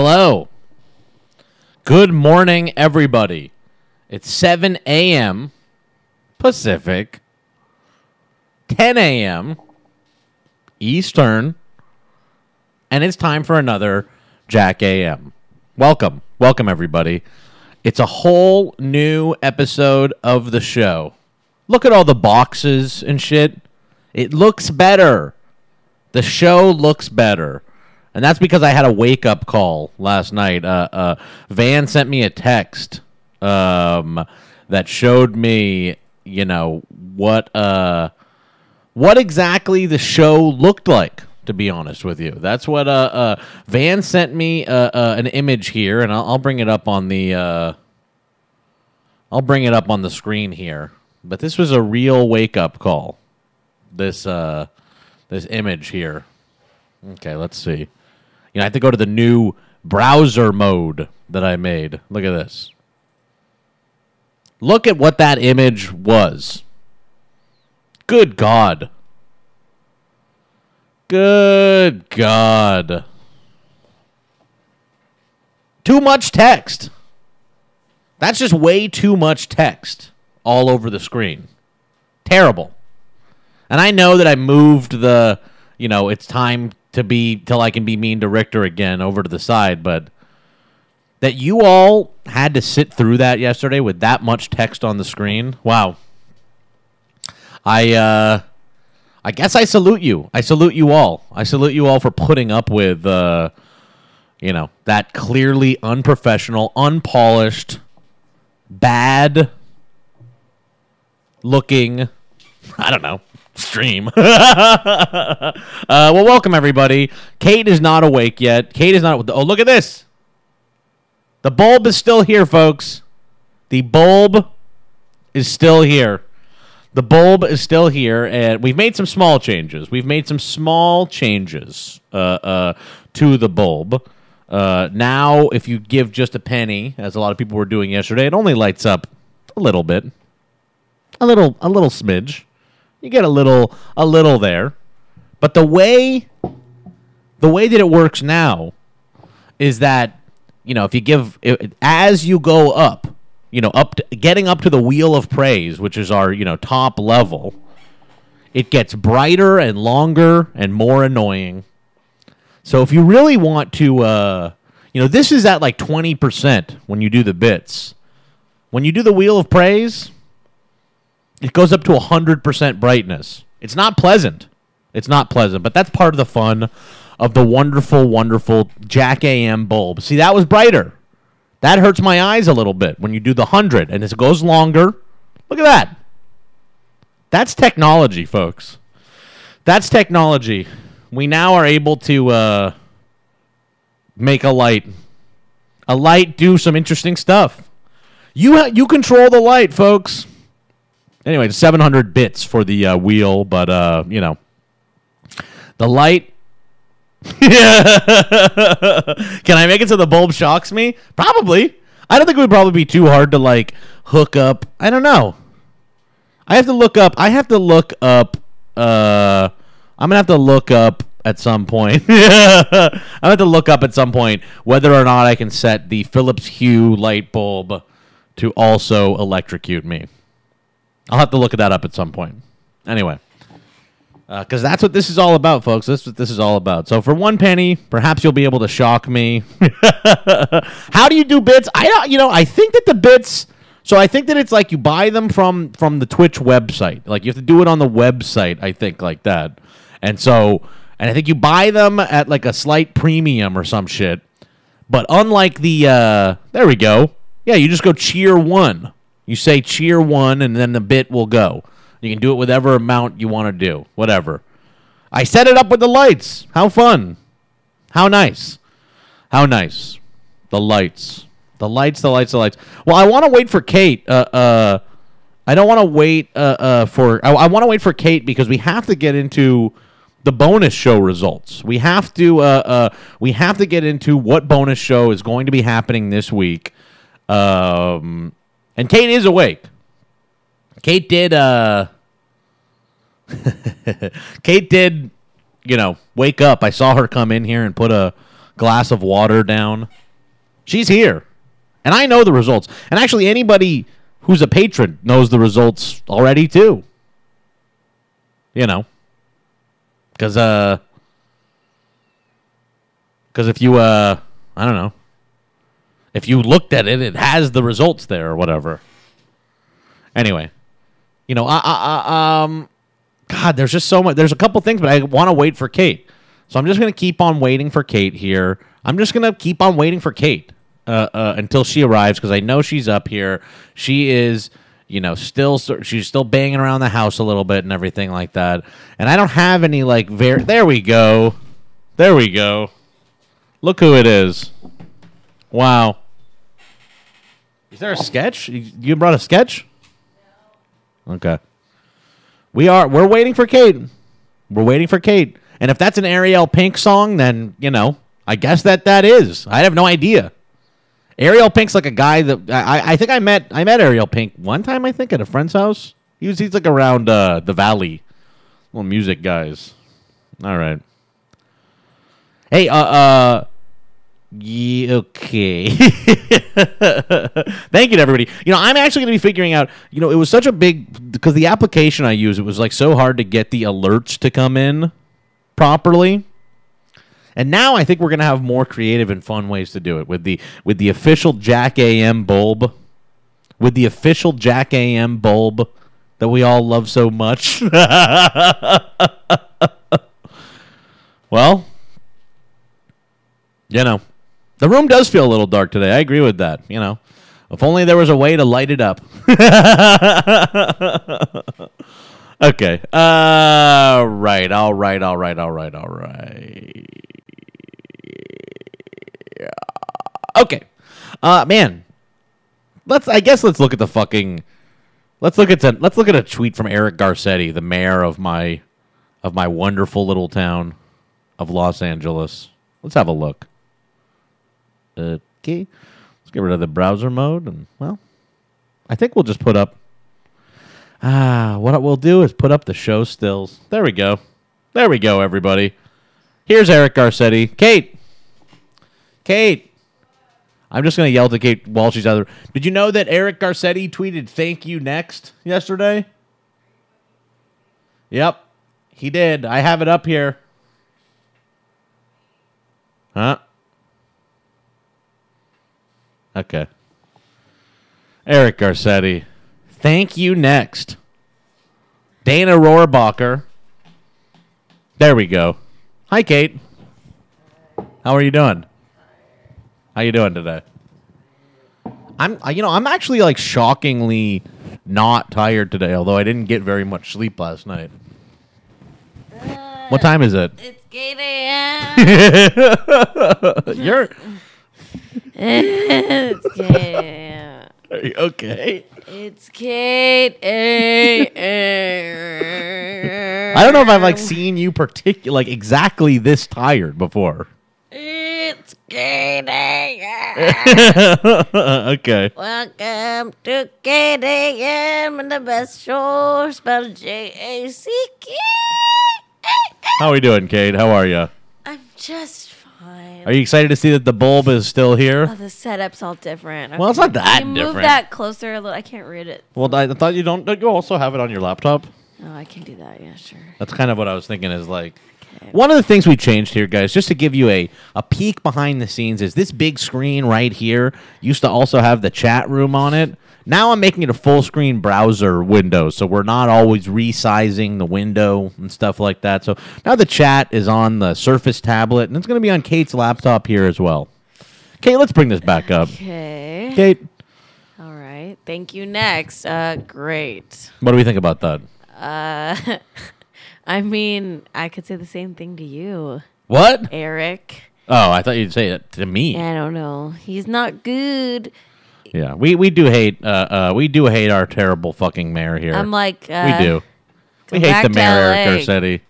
Hello. Good morning, everybody. It's 7 a.m. Pacific, 10 a.m. Eastern, and it's time for another Jack AM. Welcome. Welcome, everybody. It's a whole new episode of the show. Look at all the boxes and shit. It looks better. The show looks better. And that's because I had a wake up call last night. Uh, uh, Van sent me a text um, that showed me, you know, what uh, what exactly the show looked like. To be honest with you, that's what uh, uh, Van sent me uh, uh, an image here, and I'll, I'll bring it up on the uh, I'll bring it up on the screen here. But this was a real wake up call. This uh, this image here. Okay, let's see. You know, I have to go to the new browser mode that I made. Look at this. Look at what that image was. Good God. Good God. Too much text. That's just way too much text all over the screen. Terrible. And I know that I moved the, you know, it's time to be till I can be mean to Richter again over to the side, but that you all had to sit through that yesterday with that much text on the screen. Wow. I uh I guess I salute you. I salute you all. I salute you all for putting up with uh you know, that clearly unprofessional, unpolished, bad looking I don't know. Stream. uh, well, welcome everybody. Kate is not awake yet. Kate is not. Oh, look at this. The bulb is still here, folks. The bulb is still here. The bulb is still here, and we've made some small changes. We've made some small changes uh, uh, to the bulb. Uh, now, if you give just a penny, as a lot of people were doing yesterday, it only lights up a little bit a little a little smidge. You get a little a little there. But the way the way that it works now is that you know, if you give i- as you go up, you know, up to, getting up to the wheel of praise, which is our, you know, top level, it gets brighter and longer and more annoying. So if you really want to uh you know, this is at like 20% when you do the bits. When you do the wheel of praise, it goes up to 100% brightness. It's not pleasant. It's not pleasant, but that's part of the fun of the wonderful, wonderful Jack AM bulb. See, that was brighter. That hurts my eyes a little bit when you do the 100 and it goes longer. Look at that. That's technology, folks. That's technology. We now are able to uh, make a light. A light do some interesting stuff. You ha- you control the light, folks anyway, it's 700 bits for the uh, wheel, but uh, you know, the light. Can I make it so the bulb shocks me? Probably. I don't think it would probably be too hard to like hook up. I don't know. I have to look up. I have to look up. Uh, I'm gonna have to look up at some point. I'm gonna have to look up at some point whether or not I can set the Philips Hue light bulb to also electrocute me. I'll have to look that up at some point. Anyway, because that's what this is all about, folks. That's what this is all about. So for one penny, perhaps you'll be able to shock me. How do you do bits? I don't. You know, I think that the bits. So I think that it's like you buy them from from the Twitch website. Like you have to do it on the website. I think like that. And so, and I think you buy them at like a slight premium or some shit. But unlike the uh there we go. Yeah, you just go cheer one. You say cheer one and then the bit will go. You can do it whatever amount you want to do. Whatever. I set it up with the lights. How fun. How nice. How nice. The lights. The lights, the lights, the lights. Well, I want to wait for Kate. Uh uh I don't want to wait uh, uh, for. I, I want to wait for Kate because we have to get into the bonus show results. We have to. Uh, uh, we have to get into what bonus show is going to be happening this week. Um, and Kate is awake. Kate did. Uh, Kate did. You know, wake up. I saw her come in here and put a glass of water down. She's here. And I know the results. And actually, anybody who's a patron knows the results already, too. You know? Because, uh, because if you, uh, I don't know. If you looked at it, it has the results there or whatever. Anyway, you know, I, I, I um, God, there's just so much. There's a couple things, but I want to wait for Kate. So I'm just going to keep on waiting for Kate here. I'm just going to keep on waiting for Kate uh, uh, until she arrives because I know she's up here. She is, you know, still sor- she's still banging around the house a little bit and everything like that. And I don't have any like ver. There we go. There we go. Look who it is. Wow. Is there a sketch? You- You brought a sketch? Okay. We are we're waiting for Kate. We're waiting for Kate. And if that's an Ariel Pink song, then you know, I guess that that is. I have no idea. Ariel Pink's like a guy that I, I- I think I met I met Ariel Pink one time I think at a friend's house. He was he's like around uh, the valley. Little music guys. All right. Hey, uh uh yeah, okay. Thank you to everybody. You know, I'm actually going to be figuring out, you know, it was such a big because the application I use, it was like so hard to get the alerts to come in properly. And now I think we're going to have more creative and fun ways to do it with the with the official Jack AM bulb, with the official Jack AM bulb that we all love so much. well, you know, the room does feel a little dark today. I agree with that. You know, if only there was a way to light it up. okay. Uh, right. All right. All right. All right. All right. Okay. Uh, man. Let's. I guess let's look at the fucking. Let's look at the, let's look at a tweet from Eric Garcetti, the mayor of my of my wonderful little town of Los Angeles. Let's have a look. Okay. Let's get rid of the browser mode and well, I think we'll just put up Ah, what we'll do is put up the show stills. There we go. There we go, everybody. Here's Eric Garcetti. Kate. Kate. I'm just gonna yell to Kate while she's out there. Did you know that Eric Garcetti tweeted thank you next yesterday? Yep. He did. I have it up here. Huh? Okay. Eric Garcetti. Thank you next. Dana Rohrbacher. There we go. Hi Kate. How are you doing? How you doing today? I'm I- you know, I'm actually like shockingly not tired today, although I didn't get very much sleep last night. What time is it? It's 8 a.m. You're it's Kate a.m. are you okay? It's Kate a.m. I don't know if I've like seen you particular like exactly this tired before. It's Kate a.m. Uh, okay. Welcome to Kate a.m. and the best show spelled J A C K. How are we doing, Kate? How are you? I'm just fine. Are you excited to see that the bulb is still oh, here? the setup's all different. Well, it's not that you move different. that closer a little. I can't read it. Well, I I thought you don't. Don't you also have it on your laptop? Oh, I can do that. Yeah, sure. That's kind of what I was thinking. Is like Okay. one of the things we changed here, guys, just to give you a a peek behind the scenes. Is this big screen right here used to also have the chat room on it? Now I'm making it a full screen browser window, so we're not always resizing the window and stuff like that. So now the chat is on the Surface tablet, and it's going to be on Kate's laptop here as well. Kate, let's bring this back up. Okay. Kate, All right. Thank you. Next. Uh, great. what do we think about that? Uh, I mean, I could say the same thing to you, What? Eric. Oh, I thought you'd say it to me. I don't know. He's not good. Yeah, we we do hate uh, uh we do hate our terrible fucking mayor here. I'm like, we uh, do. We go hate back the to mayor Eric LA. Garcetti.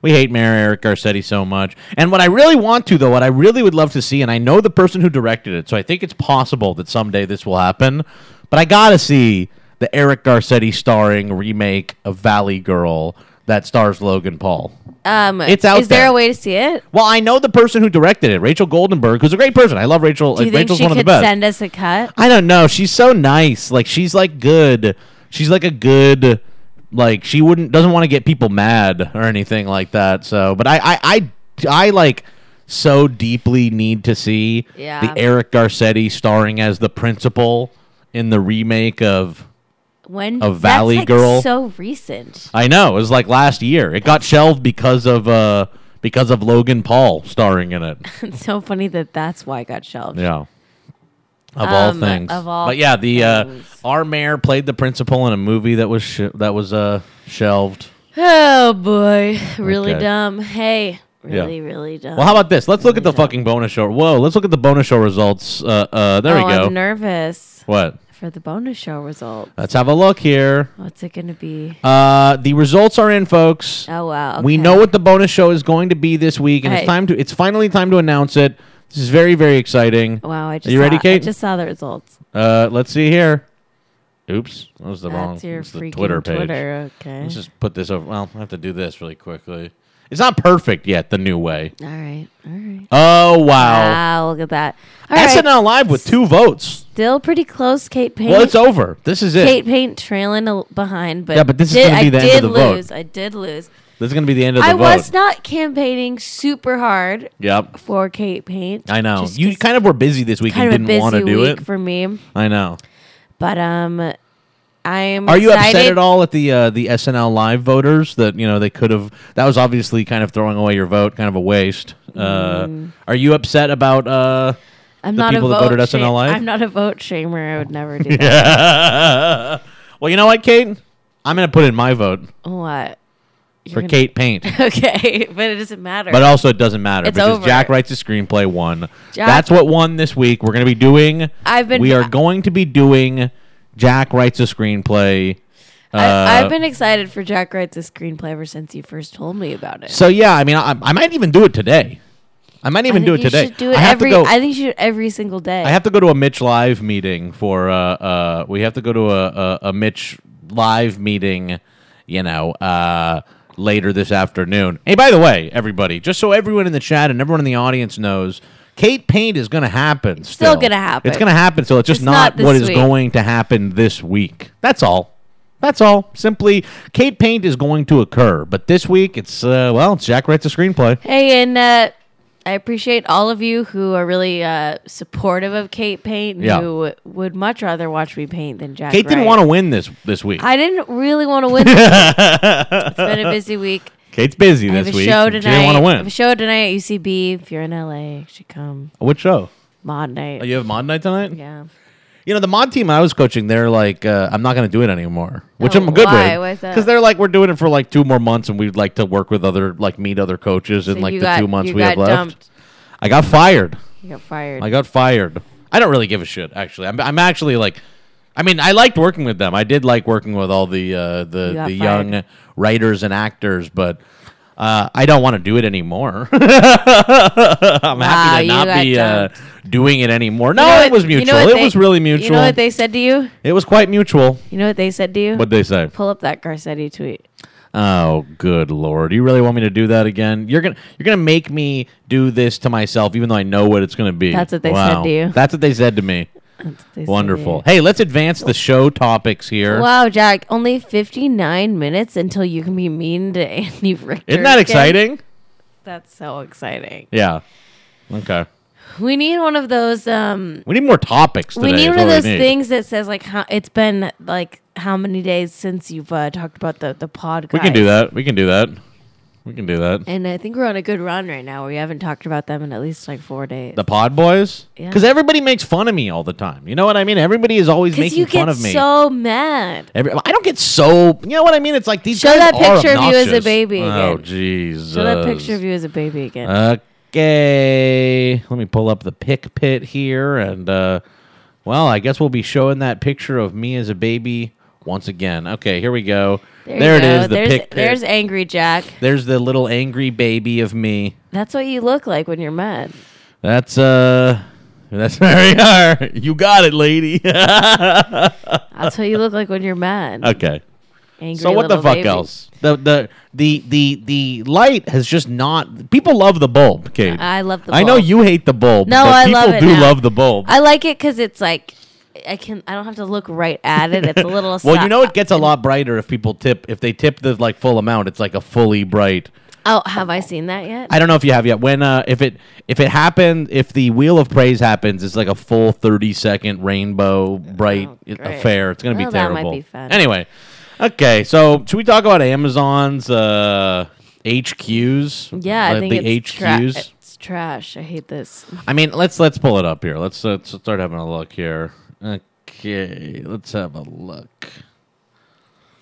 We hate Mayor Eric Garcetti so much. And what I really want to though, what I really would love to see, and I know the person who directed it, so I think it's possible that someday this will happen. But I gotta see the Eric Garcetti starring remake of Valley Girl that stars Logan Paul. Um, It's out Is there. there. a way to see it? Well, I know the person who directed it, Rachel Goldenberg, who's a great person. I love Rachel. Do you like, think Rachel's she one of the could best. send us a cut? I don't know. She's so nice. Like she's like good. She's like a good like she wouldn't doesn't want to get people mad or anything like that. So, but I I I, I like so deeply need to see Yeah. the Eric Garcetti starring as the principal in the remake of When A that's, Valley like, Girl. So recent. I know, it was like last year. It got shelved because of uh because of Logan Paul starring in it. It's so funny that that's why I got shelved. Yeah. Of all Um, things. of all but yeah, the uh, things. our mayor played the principal in a movie that was sh- that was uh, shelved. Oh boy, really Okay. dumb. Hey, Yeah. really, really dumb. Well, how about this? Let's look at the Really dumb. fucking bonus show. Whoa, let's look at the bonus show results. Uh, uh, there oh, we go. I'm nervous what? for the bonus show result. Let's have a look here. What's it gonna be? Uh, the results are in, folks. Oh wow. We okay. know what the bonus show is going to be this week, and it's Right. time to. It's finally time to announce it. This is very, very exciting. Wow, I just you ready, saw, Kate? I just saw the results. Uh, let's see here. Oops, that was the wrong. That's your it's the freaking Twitter page. Twitter. Okay. Let's just put this over. Well, I have to do this really quickly. It's not perfect yet, the new way. all right. All right. Oh, wow. Wow, look at that. All right. SNL Live with two votes. Still pretty close, Kate Payne. Well, it's over. This is it. Kate Payne trailing a, behind, but Yeah, but this is did, gonna be the I end of did the vote. lose. I did lose. This is going to be the end of the I vote. was not campaigning super hard yep. for Kate Payne. I know. Just You 'cause kind of were busy this week and kind of a didn't want busy to do week it. for me, I know. but um, I'm. Are you excited. upset at all at the uh, the SNL Live voters that, you know, they could have that was obviously kind of throwing away your vote, kind of a waste. Uh, Mm. are you upset about uh I'm the not people a that vote voted SNL shame- Live? I'm not a vote shamer. I would never do that. Well, you know what, Kate? I'm going to put in my vote What? You're for gonna- Kate Paint. Okay, but it doesn't matter. But also, it doesn't matter It's because over. Jack writes a screenplay one. Jack- That's what won this week. We're going to be doing. I've been- We are going to be doing. Jack writes a screenplay. I, uh, I've been excited for Jack Wright's screenplay ever since you first told me about it. So yeah, I mean, I, I might even do it today. I might even I do it think you today. Should do it I have every. to go. I think you should every single day. I have to go to a Mitch live meeting for uh, uh we have to go to a a, a Mitch live meeting, you know, uh later this afternoon. Hey, by the way, everybody, just so everyone in the chat and everyone in the audience knows, Kate Paint is going to happen. Still. gonna happen. It's going to happen. So it's just It's not, not this what is week. going to happen this week. That's all. That's all. Simply, Kate Paint is going to occur, but this week it's uh, well, it's Jack writes a screenplay. Hey, and uh, I appreciate all of you who are really uh, supportive of Kate Paint. and Yeah. Who would much rather watch me paint than Jack? Kate didn't Wright. want to win this this week. I didn't really want to win. it's been a busy week. Kate's busy I this have a week. show She tonight. didn't want to I win. have a show tonight at UCB. If you're in LA, you should come. What show? Mod night. Oh, you have mod night tonight? yeah. You know, the mod team I was coaching, they're like, uh, I'm not going to do it anymore, which Oh, I'm good why? with. Why's that? Because they're like, we're doing it for like two more months and we'd like to work with other, like meet other coaches in So like you the got- two months you we have got left. dumped. I got fired. You got fired. I got fired. I don't really give a shit, actually. I'm, I'm actually like, I mean, I liked working with them. I did like working with all the uh, the, You got the fired. young writers and actors, but uh, I don't want to do it anymore. I'm happy Wow, to Ah, you not got be uh, dumped. doing it anymore. No, You know it what- was you know mutual. what it they- was really mutual. You know what they said to you? It was quite mutual. You know what they said to you? What'd they say? Pull up that Garcetti tweet. Oh, good lord! You really want me to do that again? You're gonna you're gonna make me do this to myself, even though I know what it's gonna be. That's what they said Wow. to you. That's what they said to me. That's what they said to you. Wonderful. Hey, let's advance the show topics here. Wow, Jack, only 59 minutes until you can be mean to Andy Richter. Isn't that again. exciting? That's so exciting. Yeah. Okay. We need one of those um We need more topics today. we need is one of what those need. things that says like how it's been like how many days since you've uh, talked about the the pod We can do that. We can do that. We can do that. And I think we're on a good run right now. We haven't talked about them in at least like 4 days. The Pod Boys? Yeah. Because everybody makes fun of me all the time. You know what I mean? Everybody is always Cuz making you get fun of me. so mad. Every- I don't get so. You know what I mean? It's like these Show guys that are picture of you as a obnoxious. baby Oh, again. Jesus. Show that picture of you as a baby again. Uh, Okay. Let me pull up the pick pit here. And, uh, well, I guess we'll be showing that picture of me as a baby once again. Okay, here we go. There, you it go. is, the there's, pick pit. There's angry Jack. There's the little angry baby of me. That's what you look like when you're mad. That's, uh,. That's where we are. You got it, lady. That's what you look like when you're mad. okay. Angry Uh, so what the little fuck baby. else? The the the the the light has just not. People love the bulb, Kate. I love the I know bulb. you hate the bulb. No, but I people love it do now. love the bulb. I like it because it's like I can. I don't have to look right at it. It's a little. well, you know it Get- gets a lot brighter if people tip. If they tip the like full amount, it's like a fully bright. oh, have I seen that yet? I don't know if you have yet. When uh, if it if it happened, if the Wheel of Praise happens, it's like a full thirty second rainbow bright Oh, great. affair. It's gonna be Well, that terrible. might be fun. Anyway, okay. So should we talk about Amazon's uh, HQs? yeah, I Like think Uh, the it's tra- HQs. It's trash. I hate this. I mean, let's let's pull it up here. Let's uh, let's start having a look here. Okay, let's have a look.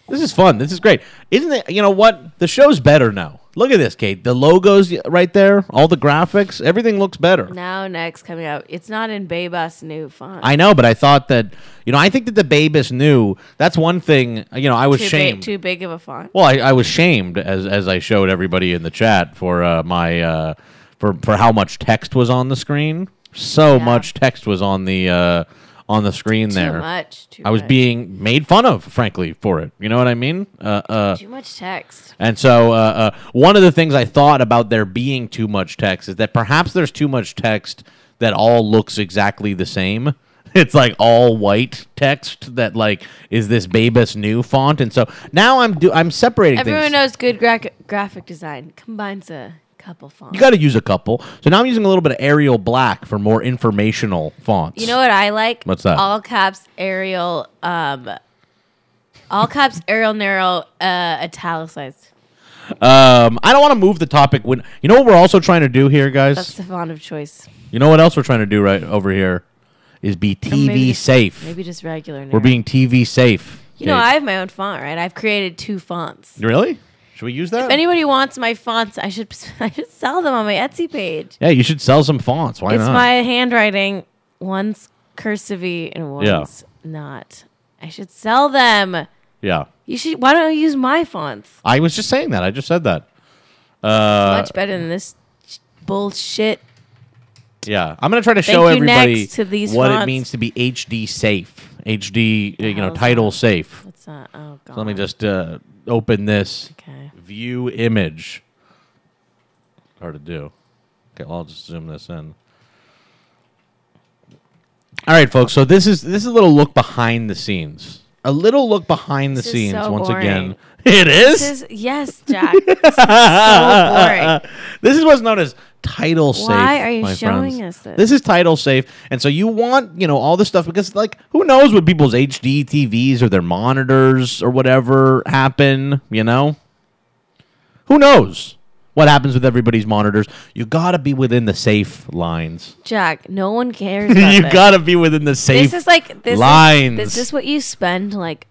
This is fun. This is great. Isn't it? You know what? The show's better now. Look at this, Kate. The logos right there. All the graphics. Everything looks better. Now next coming out, it's not in Baybus new font. I know, but I thought that you know. I think that the Babus knew. That's one thing. You know, I was too shamed. Big, too big of a font. Well, I, I was shamed as as I showed everybody in the chat for uh, my uh, for for how much text was on the screen. So Yeah. much text was on the uh, on the screen there. Too much. Too I was much. being made fun of, frankly, for it. You know what I mean? Uh, uh, too much text. and so, uh, uh, one of the things I thought about there being too much text is that perhaps there's too much text that all looks exactly the same. It's like all white text that like is this Babus new font, and so now I'm do I'm separating Everyone things. knows good gra- graphic design combines a couple fonts. You got to use a couple. So now I'm using a little bit of Arial Black for more informational fonts. You know what I like? What's that? All caps, Arial, um, all caps, Arial, narrow, uh, italicized. um, I don't want to move the topic. When you know what we're also trying to do here, guys. That's the font of choice. you know what else we're trying to do right over here is be Or maybe TV just- safe. Maybe just regular. Narrow. We're being TV safe. You know, Kate. I have my own font, right? I've created two fonts. really should we use that? If anybody wants my fonts, I should I should sell them on my Etsy page. yeah, you should sell some fonts. Why it's not? my handwriting. One's cursive and one's Yeah. not. I should sell them. yeah, You should. Why don't I use my fonts? I was just saying that. I just said that. Uh, Much better than this bullshit. yeah, I'm gonna try to Thank show you everybody next to these what it fonts. means to be HD safe, HD, uh, you know, hell's title that? safe. What's that? Oh god. Let me just uh, open this. Okay. View image. Hard to do. Okay, well, I'll just zoom this in. All right, folks. So this is this is a little look behind the scenes. A little look behind the This is scenes so once again. boring. It is. This is yes, Jack. This is so boring. This is what's known as title safe. Why are you my showing friends. us this? This is title safe, and so you want you know all this stuff because like who knows what people's HD TVs or their monitors or whatever happen. You know, who knows what happens with everybody's monitors? You gotta be within the safe lines. Jack, no one cares. About you this. gotta be within the safe. This is like this lines. Is, this is what you spend like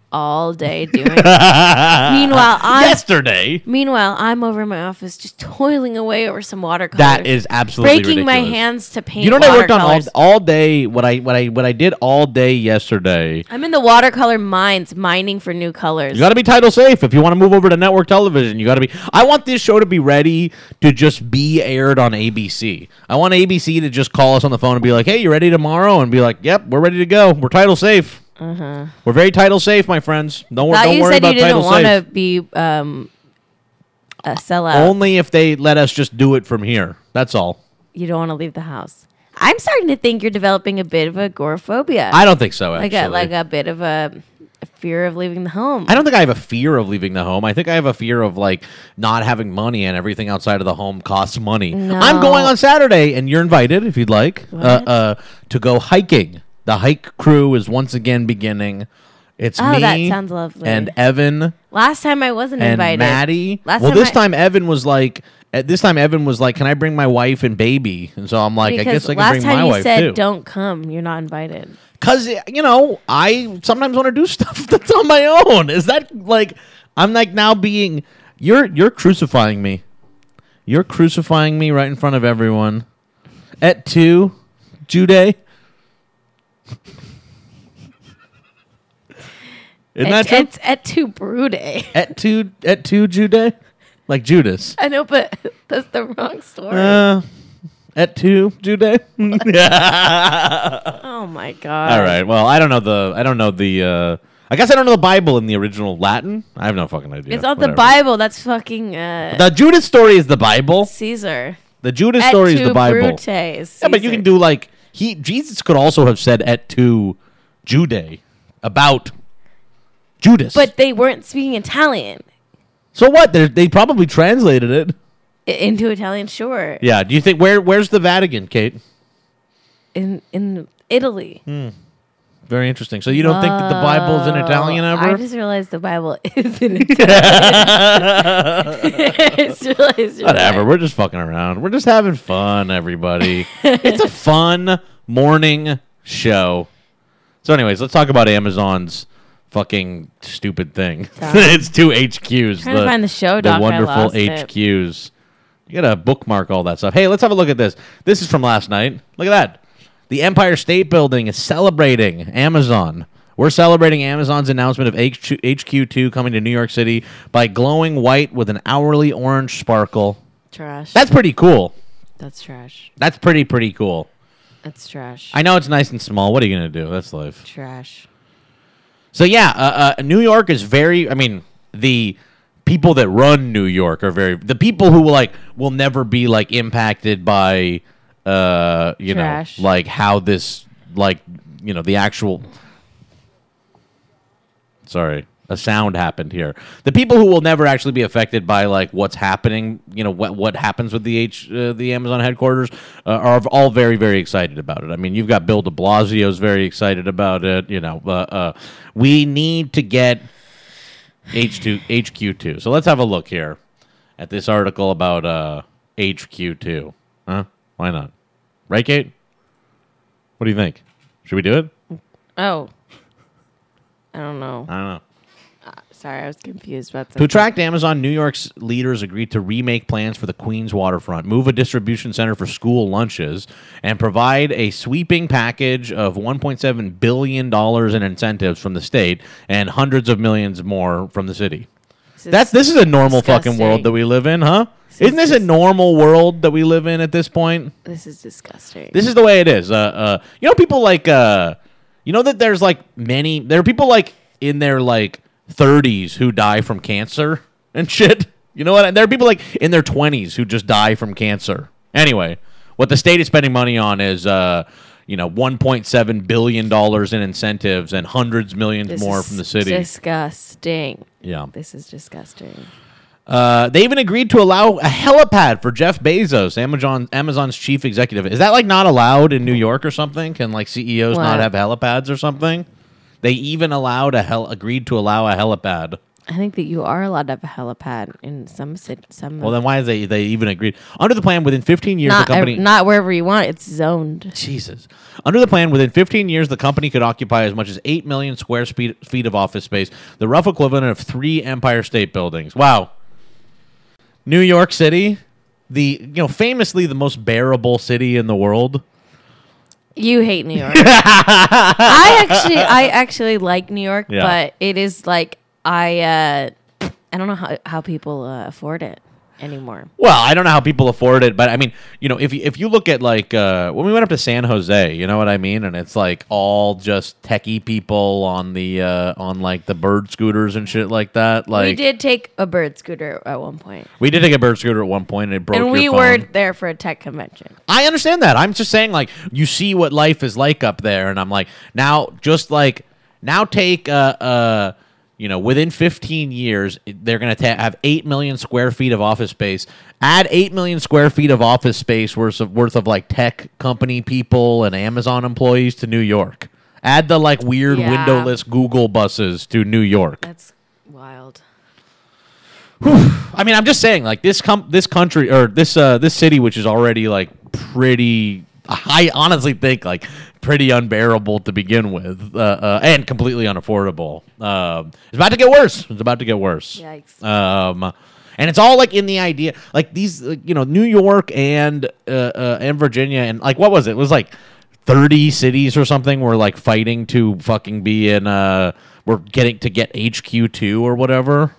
all day doing. meanwhile, I'm yesterday. meanwhile I'm over in my office just toiling away over some watercolors. That is absolutely breaking my ridiculous. hands to paint. You know what I worked on all, watercolors. all day? What I what I what I did all day yesterday. I'm in the watercolor mines, mining for new colors. You got to be title safe if you want to move over to network television. You got to be. I want this show to be ready to just be aired on ABC. I want ABC to just call us on the phone and be like, "Hey, you ready tomorrow?" And be like, "Yep, we're ready to go. We're title safe. We're very title safe, my friends. Don't, wor- Mm-hmm. Thought don't you worry said about you didn't title want safe. to be um, a sellout. Only if they let us just do it from here. That's all. you don't want to leave the house. I'm starting to think you're developing a bit of agoraphobia. I don't think so. Actually, like a like a bit of a, a fear of leaving the home. I don't think I have a fear of leaving the home. I think I have a fear of like not having money and everything outside of the home costs money. I'm going on Saturday and you're invited if you'd like uh, uh, to go hiking. The hike crew is once again beginning. It's Oh, me that sounds lovely. and Evan Last time I wasn't and invited. Maddie. Last well, time this I- time Evan was like, at this time Evan was like, "Can I bring my wife and baby?" And so I'm like, "I guess Because I can last bring time my you wife said too." don't come, you're not invited. Cause you know, I sometimes want to do stuff that's on my own. Is that like I'm like now being you're you're crucifying me. You're crucifying me right in front of everyone. At two, Jude. Isn't that It's, true? it's at two brew day. At two, at two, Jude, like Judas. I know, but that's the wrong story. Uh, at two, Jude. oh my god! Oh All right. Well, I don't know the I don't know the uh I guess I don't know the Bible in the original Latin. I have no fucking idea. it's not the Whatever. Bible. That's fucking uh, The Judas story is the Bible. Caesar. The Judas Et story is tu the Bible. Brute is Yeah, but you Caesar. can do like he Jesus could also have said et tu Jude about Judas. But they weren't speaking Italian so what? They're, they probably translated it. I- into Italian, sure. Yeah. Do you think where where's the Vatican, Kate? In in Italy. Hmm. Very interesting. So you don't think that the Bible's in Italian Oh, ever? I just realized the Bible is in Italian. I just realized you're Whatever. right. We're just fucking around. We're just having fun, everybody. it's a fun morning show. So, anyways, let's talk about Amazon's fucking stupid thing. Sorry. it's two HQs. Trying to find the show, The Doctor. I wonderful lost it. HQs. You gotta bookmark all that stuff. Hey, let's have a look at this. This is from last night. Look at that. The Empire State Building is celebrating Amazon. We're celebrating Amazon's announcement of HQ- HQ2 coming to New York City by glowing white with an hourly orange sparkle. Trash. That's pretty cool. That's trash. That's pretty pretty cool. That's trash. I know it's nice and small. What are you gonna do? That's life. trash. So yeah, uh, uh, New York is very. I mean, the people that run New York are very. The people who like will never be like impacted by, uh, you Trash. know, like how this, like you know, the actual. Sorry, a sound happened here. The people who will never actually be affected by like what's happening, you know, what what happens with the H uh, the Amazon headquarters uh, are all very very excited about it. I mean, you've got Bill De Blasio's very excited about it. You know, uh, uh, we need to get H two HQ two. So let's have a look here at this article about uh, HQ two. Huh? Why not? Right, Kate? What do you think? Should we do it? Oh. I don't know. I don't know. Sorry, I was confused about To that. attract Amazon, New York's leaders agreed to remake plans for the Queens waterfront, move a distribution center for school lunches, and provide a sweeping package of $1.7 billion in incentives from the state and hundreds of millions more from the city. That's this is a normal fucking world disgusting. that we live in, huh? Isn't this a normal world that we live in at this point? This is disgusting. This is the way it is. Uh, uh, you know, people like, uh, you know that there's like many. There are people like in their like 30s who die from cancer and shit. You know what? There are people like in their 20s who just die from cancer. Anyway, what the state is spending money on is, uh, you know, 1.7 billion dollars in incentives and hundreds millions This more is from the city. Disgusting. yeah. This is disgusting. Uh, they even agreed to allow a helipad for Jeff Bezos, Amazon Amazon's chief executive. Is that like not allowed in New York or something? Can like CEOs not What? have helipads or something? They even allowed a hel agreed to allow a helipad. I think that you are allowed to have a helipad in some cit- some Well, then why is they they even agreed under the plan within 15 years not the company ev- not wherever you want. It's zoned. Jesus. Under the plan, within 15 years, the company could occupy as much as 8 million square spe- feet of office space, the rough equivalent of three Empire State Buildings. Wow. New York City, the you know famously the most bearable city in the world. You hate New York. I actually I actually like New York, Yeah. but it is like I uh I don't know how how people uh, afford it anymore. Well, I don't know how people afford it, but I mean, you know, if you- if you look at like uh, when we went up to San Jose, you know what I mean, and it's like all just techie people on the uh, on like the bird scooters and shit like that. Like we did take a bird scooter at one point, we did take a bird scooter at one point, and it broke. and your we phone. were there for a tech convention. I understand that. I'm just saying, like, you see what life is like up there, and I'm like, now, just like, now take, uh, uh, you know, within 15 years, they're gonna ta- have eight million square feet of office space. Add eight million square feet of office space worth of worth of like tech company people and Amazon employees to New York. Add the like weird Yeah. windowless Google buses to New York. That's wild. I mean, I'm just saying, like this com- this country or this uh, this city, which is already like pretty. I honestly think like pretty unbearable to begin with, uh, uh, and completely unaffordable. Um it's about to get worse. It's about to get worse. Yikes. Um, and it's all like in the idea, like these, like, you know, New York and uh, uh, and Virginia, and like what was it? It was like thirty cities or something were like fighting to fucking be in. Uh, we're getting to get HQ two or whatever.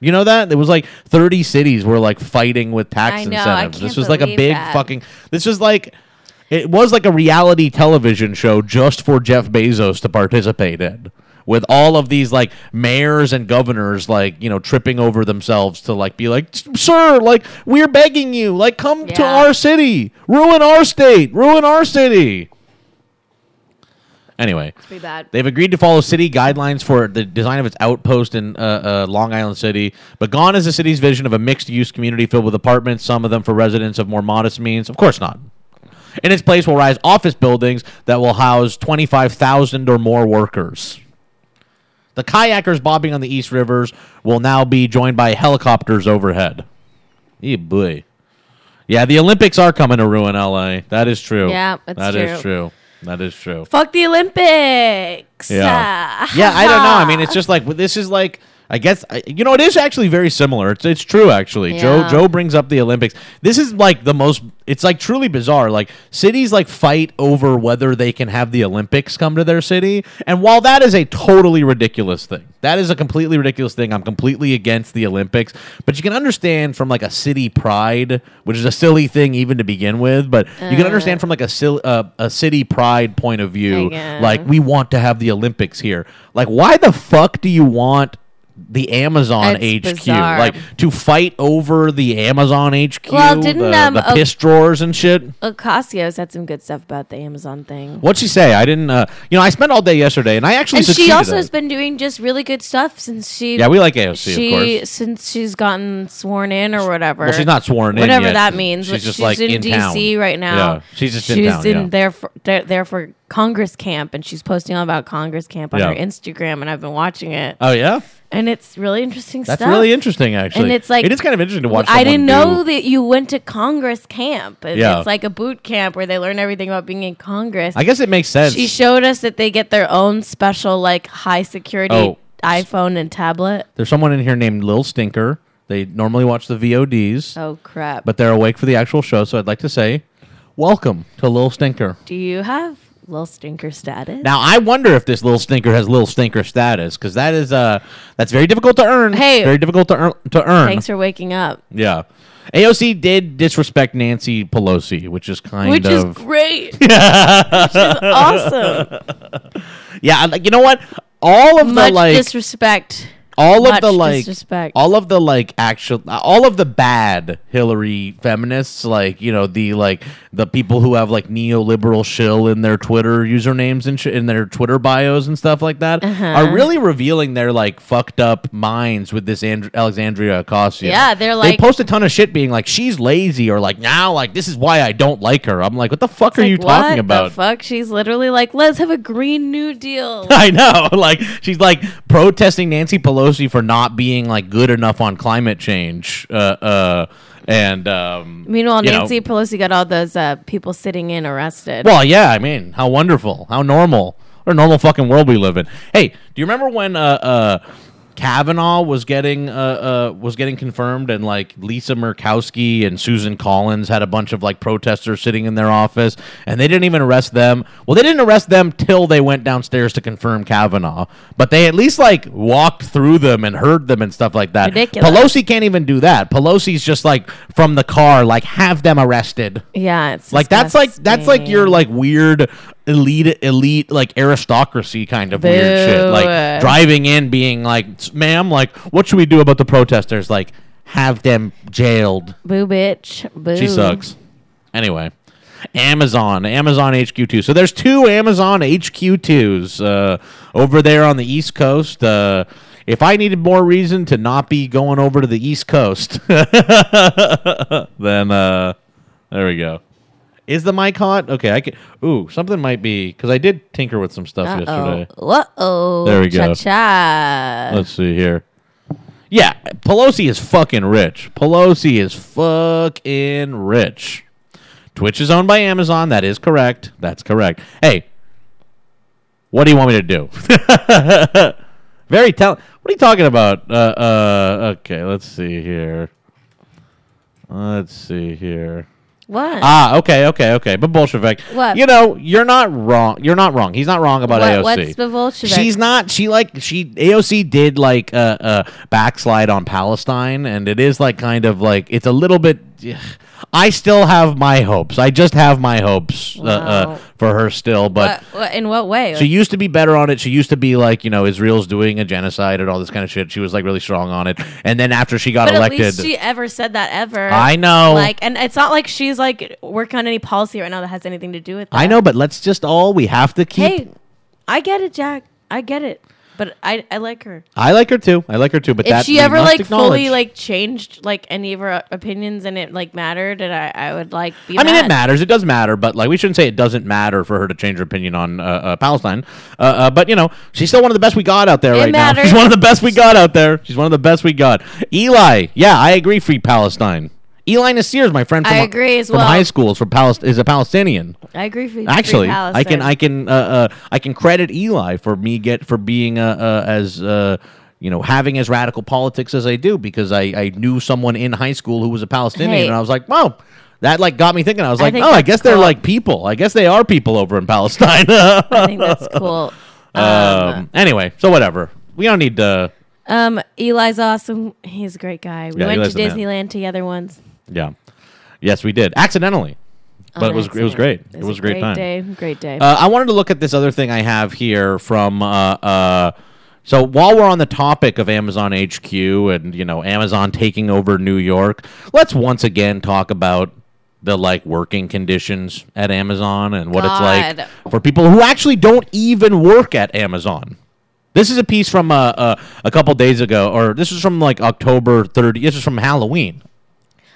You know that it was like thirty cities were like fighting with tax I know, I incentives. can't This was like a believe big that. fucking. This was like. It was like a reality television show just for Jeff Bezos to participate in, with all of these like mayors and governors like you know tripping over themselves to like be like sir like we're begging you like come to Yeah. our city ruin our state ruin our city anyway Pretty bad. They've agreed to follow city guidelines for the design of its outpost in uh, uh, Long Island City. But gone is the city's vision of a mixed-use community filled with apartments, some of them for residents of more modest means. Of course not. In its place will rise office buildings that will house 25,000 or more workers. The kayakers bobbing on the East Rivers will now be joined by helicopters overhead. Yeah, boy. Yeah, the Olympics are coming to ruin LA. That is true. Yeah, that's That is true. true. That is true. Fuck the Olympics. Yeah. Ah. yeah, I don't know. I mean, it's just like this is like I guess I- you know it is actually very similar. It's it's true actually. Joe Yeah. Joe brings up the Olympics. This is like the most. It's like truly bizarre. Like cities like fight over whether they can have the Olympics come to their city. And while that is a totally ridiculous thing, that is a completely ridiculous thing. I'm completely against the Olympics. But you can understand from like a city pride, which is a silly thing even to begin with. But you can understand from like a sil- uh, a city pride point of view, guess. like we want to have the Olympics here. Like, why the fuck do you want the Amazon It's HQ? bizarre. Like to fight over the Amazon HQ, Well, didn't, the, um, the O- piss drawers and shit. Ocasio said some good stuff about the Amazon thing. What'd she say? I didn't. Uh, you know, I spent all day yesterday, and I actually And she succeeded also at has it. been doing just really good stuff since she. yeah, we like AOC, she of course. since she's gotten sworn in or whatever. Well, she's not sworn in whatever yet. that means. She's but just, like, in, in town. DC right now. Yeah, she's just in town, yeah. there for there, there for Congress camp, and she's posting all about Congress camp on Yeah. her Instagram, and I've been watching it, Oh yeah, and it's really interesting that's stuff. really interesting. Actually, And it's like- it is kind of interesting to watch. someone I didn't do- know that you went to Congress camp. And Yeah. It's like a boot camp where they learn everything about being in Congress. I guess it makes sense. she showed us that they get their own special, like high security Oh. iPhone and tablet. There's someone in here named Lil Stinker. They normally watch the VODs. Oh crap! but they're awake for the actual show. So I'd like to say, welcome to Lil Stinker. do you have little stinker status? Now I wonder if this Lil Stinker has Lil Stinker status because that is uh that's very difficult to earn. Hey. very difficult to earn. To earn. Thanks for waking up, Yeah, AOC did disrespect Nancy Pelosi, which is kind which of is great. which is awesome. yeah. I- Like you know what? All of Much the like disrespect. all of much the like disrespect. all of the like actual all of the bad hillary feminists like you know the like the people who have like neoliberal shill in their twitter usernames and sh- in their twitter bios and stuff like that Uh-huh. are really revealing their like fucked up minds with this and- alexandria ocasio Yeah, they're like- they post a ton of shit being like she's lazy or like now like this is why i don't like her i'm like what the fuck are Like, you what talking the about fuck? She's literally like, let's have a green new deal. I know. Like she's like protesting Nancy Pelosi for not being like good enough on climate change. Uh, uh, and um, Meanwhile, you know- Nancy Pelosi got all those uh, people sitting in arrested. well, yeah. I mean, how wonderful, how normal, what a normal fucking world we live in. Hey, do you remember when uh, uh, Kavanaugh was getting uh, uh, was getting confirmed, and like Lisa Murkowski and Susan Collins had a bunch of like protesters sitting in their office, and they didn't even arrest them. Well, they didn't arrest them till they went downstairs to confirm Kavanaugh, but they at least like walked through them and heard them and stuff like that. Ridiculous. Pelosi can't even do that. Pelosi's just like from the car, like have them arrested yeah, it's like that's like that's like disgusting. your like weird elite elite like aristocracy kind of weird shit like Boo. driving in being like ma'am like what should we do about the protesters like have them jailed boo, bitch, boo. she sucks anyway amazon amazon hq2 so there's two amazon hq2s uh, over there on the east coast uh, if i needed more reason to not be going over to the east coast then uh, there we go is the mic hot? Okay, I can. Ooh, something might be because I did tinker with some stuff Uh yesterday. oh. Whoa. There we go. Cha-cha. Let's see here. Yeah, Pelosi is fucking rich. Pelosi is fucking rich. Twitch is owned by Amazon. That is correct. That's correct. Hey, what do you want me to do? Very tell. What are you talking about? Uh, uh, okay, let's see here. Let's see here. What? Ah, okay, okay, okay. But Bolshevik, What? you know, you're not wrong. You're not wrong. He's not wrong about What- AOC. what's the Bolshevik? She's not. She like she AOC did like uh, uh, backslide on Palestine, and it is like kind of like it's a little bit. I still have my hopes. I just have my hopes uh, uh, Wow. for her still, but What- what- in what way? she used to be better on it. She used to be like, you know, Israel's doing a genocide and all this kind of shit. She was like really strong on it. And then after she got but elected, at least she ever said that ever. I know. Like, and it's not like she's like working on any policy right now that has anything to do with. That. I know, but let's just all we have to keep. Hey, I get it, Jack. I get it. But I, I like her. I like her too. I like her too. But If that she we ever must like fully acknowledge. like changed like any of her uh, opinions and it like mattered, and I, I would like be. I mean, it mad. matters. It does matter, but like we shouldn't say it doesn't matter for her to change her opinion on uh, uh, Palestine. Uh, uh, but you know, she's still one of the best we got out there right now. matters. She's one of the best we got out there. She's one of the best we got. Eli, yeah, I agree. Free Palestine. Eli Nasir is my friend. From, I agree as from well. high school. Is from Palest- is a Palestinian. I agree. For Actually, for I can I can uh, uh, I can credit Eli for me get for being uh, uh, as uh, you know having as radical politics as I do because I, I knew someone in high school who was a Palestinian Hey. and I was like, wow, that like got me thinking. I was I like, think oh, I that's guess they're cool. like people. I guess they are people over in Palestine. I think that's cool. Um, um, anyway, so whatever. We don't need to. um, Eli's awesome. He's a great guy. We Yeah, went Eli's to the man. Disneyland together once. Yeah. Yes, we did accidentally, but on it was it was accident. great. It was a great, great time. Day, great day. Uh, I wanted to look at this other thing I have here from. Uh, uh, so while we're on the topic of Amazon HQ and you know Amazon taking over New York, let's once again talk about the like working conditions at Amazon and what it's God. like for people who actually don't even work at Amazon. This is a piece from uh, uh, a couple days ago, or this is from like October 30. This is from Halloween.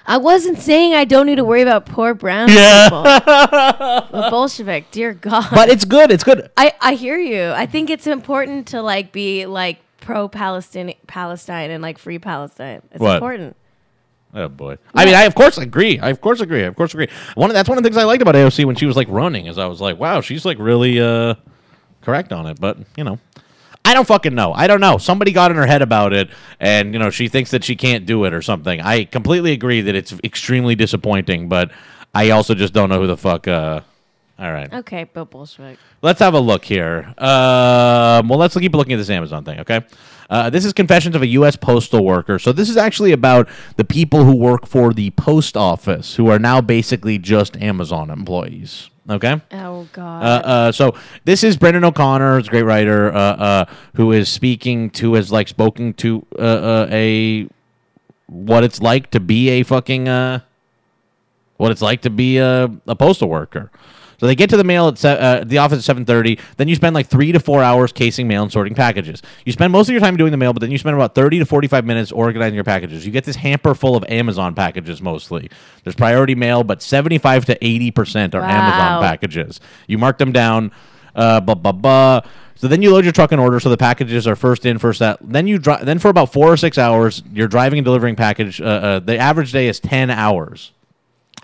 I wasn't saying I don't need to worry about poor brown people. The Bolshevik, dear God. But it's good. It's good. I, I hear you. I think it's important to like be like pro Palestinian Palestine and like free Palestine. It's What? important. Oh boy! I mean, I of course agree. I of course agree. I of course agree. One of, that's one of the things I liked about AOC when she was like running, is I was like, wow, she's like really uh, correct on it. But you know, I don't fucking know. I don't know. Somebody got in her head about it, and you know, she thinks that she can't do it or something. I completely agree that it's extremely disappointing, but I also just don't know who the fuck. Uh, all right, Okay, but Bolshevik. Let's have a look here. Um, well, let's keep looking at this Amazon thing, okay? Uh, this is Confessions of a U.S. Postal Worker. So, this is actually about the people who work for the post office who are now basically just Amazon employees, okay? Oh God. Uh, uh, so this is Brendan O'Connor, it's a great writer, uh, uh, who is speaking to, has like spoken to uh, uh, a what it's like to be a fucking uh, what it's like to be a, a postal worker. So they get to the mail at se- uh, the office at seven thirty. Then you spend like three to four hours casing mail and sorting packages. You spend most of your time doing the mail, but then you spend about thirty to forty-five minutes organizing your packages. You get this hamper full of Amazon packages mostly. There's priority mail, but seventy-five to eighty percent are Amazon Wow. packages. You mark them down. Uh, blah blah blah. So then you load your truck in order, so the packages are first in, first out. Then you dri- then for about four or six hours, you're driving and delivering package. Uh, uh, the average day is ten hours.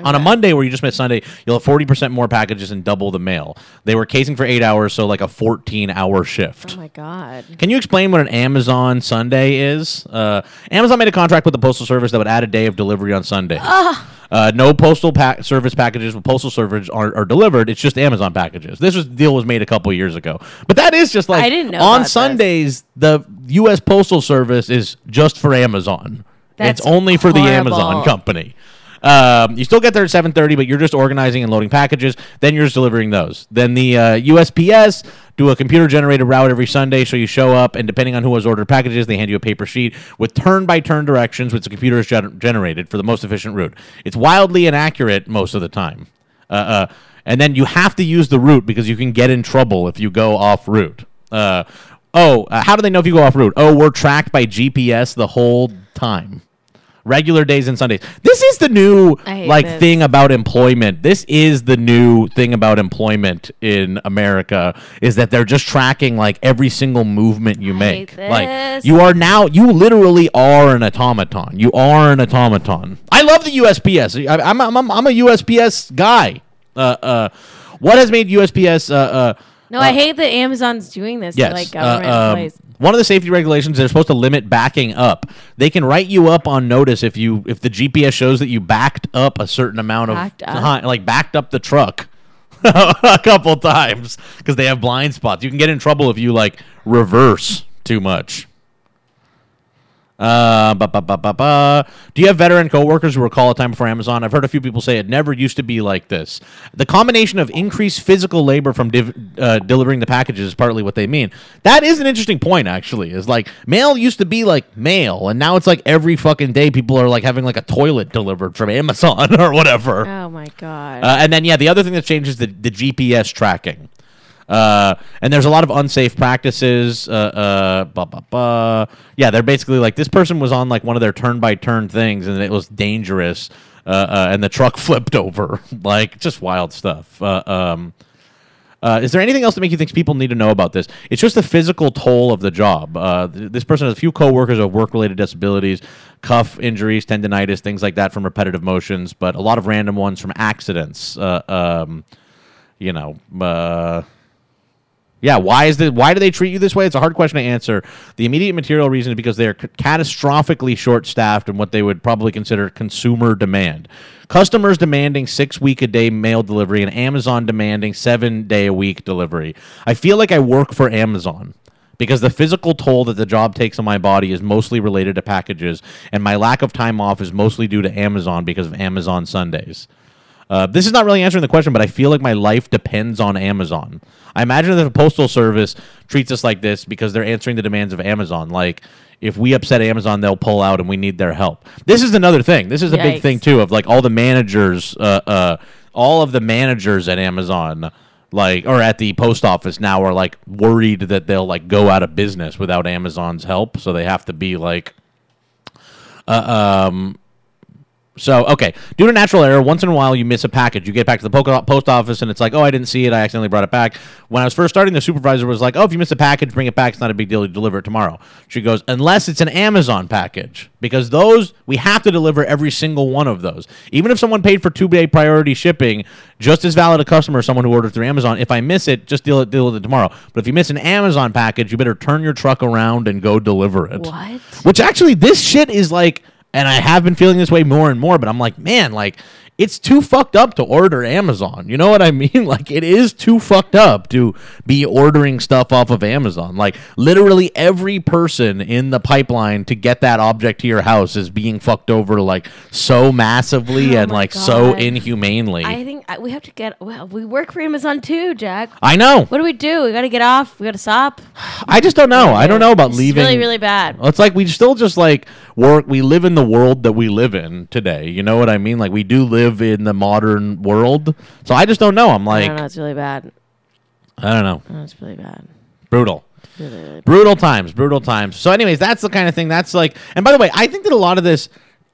On a Monday where you just missed Sunday, you'll have forty percent more packages and double the mail. They were casing for eight hours, so like a fourteen-hour shift. oh my God. Can you explain what an Amazon Sunday is? Uh, Amazon made a contract with the Postal Service that would add a day of delivery on Sunday. Uh, no postal pa- service packages with postal service are, are delivered. It's just Amazon packages. This was, deal was made a couple years ago, but that is just like I didn't know about on this. Sundays the U.S. Postal Service is just for Amazon. That's it's only for the horrible. Amazon company. Um, you still get there at 7:30, but you're just organizing and loading packages. Then you're just delivering those. Then the uh, USPS do a computer-generated route every Sunday, so you show up, and depending on who has ordered packages, they hand you a paper sheet with turn-by-turn directions, which the computer has gen- generated for the most efficient route. It's wildly inaccurate most of the time, uh, uh, and then you have to use the route because you can get in trouble if you go off route. Uh, oh, uh, how do they know if you go off route? Oh, we're tracked by GPS the whole time regular days and Sundays. This is the new I hate like this. thing about employment. This is the new thing about employment in America is that they're just tracking like every single movement you make. hate Like this. you are now you literally are an automaton. You are an automaton. I love the USPS. I, I'm, I'm I'm a USPS guy. Uh uh what has made USPS uh uh No, I hate that Amazon's doing this. to, Yes. Like uh, government um, employees. one of the safety regulations they're supposed to limit backing up. They can write you up on notice if you if the GPS shows that you backed up a certain amount Backed of up? time, like backed up the truck a couple times because they have blind spots. You can get in trouble if you like reverse too much. Uh, ba, ba, ba, ba, ba. Do you have veteran coworkers who recall a time before Amazon? I've heard a few people say it never used to be like this. The combination of increased physical labor from div- uh, delivering the packages is partly what they mean. That is an interesting point, actually. Is like mail used to be like mail, and now it's like every fucking day people are like having like a toilet delivered from Amazon or whatever. Oh my god. Uh, and then yeah, the other thing that's changed is the, the GPS tracking. Uh, and there's a lot of unsafe practices. Uh, uh, blah, blah, blah. Yeah, they're basically like this person was on like one of their turn by turn things, and it was dangerous. Uh, uh, and the truck flipped over, like just wild stuff. Uh, um, uh, is there anything else that make you think people need to know about this? It's just the physical toll of the job. Uh, th- this person has a few coworkers of work-related disabilities, cuff injuries, tendonitis, things like that from repetitive motions, but a lot of random ones from accidents. Uh, um, you know, uh, yeah. Why is this, Why do they treat you this way? It's a hard question to answer. The immediate material reason is because they are c- catastrophically short-staffed in what they would probably consider consumer demand. Customers demanding six week a day mail delivery and Amazon demanding seven day a week delivery. I feel like I work for Amazon because the physical toll that the job takes on my body is mostly related to packages, and my lack of time off is mostly due to Amazon because of Amazon Sundays. Uh, this is not really answering the question, but I feel like my life depends on Amazon. I imagine that the postal service treats us like this because they're answering the demands of Amazon. Like, if we upset Amazon, they'll pull out, and we need their help. This is another thing. This is a big Yikes. thing too of like all the managers, uh, uh, all of the managers at Amazon, like or at the post office now are like worried that they'll like go out of business without Amazon's help, so they have to be like so okay, due to natural error, once in a while you miss a package. You get back to the poco- post office and it's like, oh, I didn't see it. I accidentally brought it back. When I was first starting, the supervisor was like, oh, if you miss a package, bring it back. It's not a big deal. You deliver it tomorrow. She goes, unless it's an Amazon package, because those we have to deliver every single one of those. Even if someone paid for two day priority shipping, just as valid a customer as someone who ordered through Amazon. If I miss it, just deal it deal with it tomorrow. But if you miss an Amazon package, you better turn your truck around and go deliver it. What? Which actually, this shit is like, and I have been feeling this way more and more, but I'm like, man, like, it's too fucked up to order Amazon. You know what I mean? Like, it is too fucked up to be ordering stuff off of Amazon. Like, literally every person in the pipeline to get that object to your house is being fucked over, like, so massively and, Oh my like, so God. inhumanely. I I, think I, we have to get. Well, we work for Amazon too, Jack. know. What do we do? We got to get off. We got to stop. I just don't know. Oh, I don't know about It's leaving. Really, really bad. Well, It's like we still just like work. We live in the world that we live in today. You know what I mean? Like we do live in the modern world. So I just don't know. I'm I like, don't know. It's really bad. I don't know. Oh, it's really bad. Brutal. Really, really bad. Brutal times, brutal times. So, anyways, that's the kind of thing that's like. And by the way, I think that a lot of this,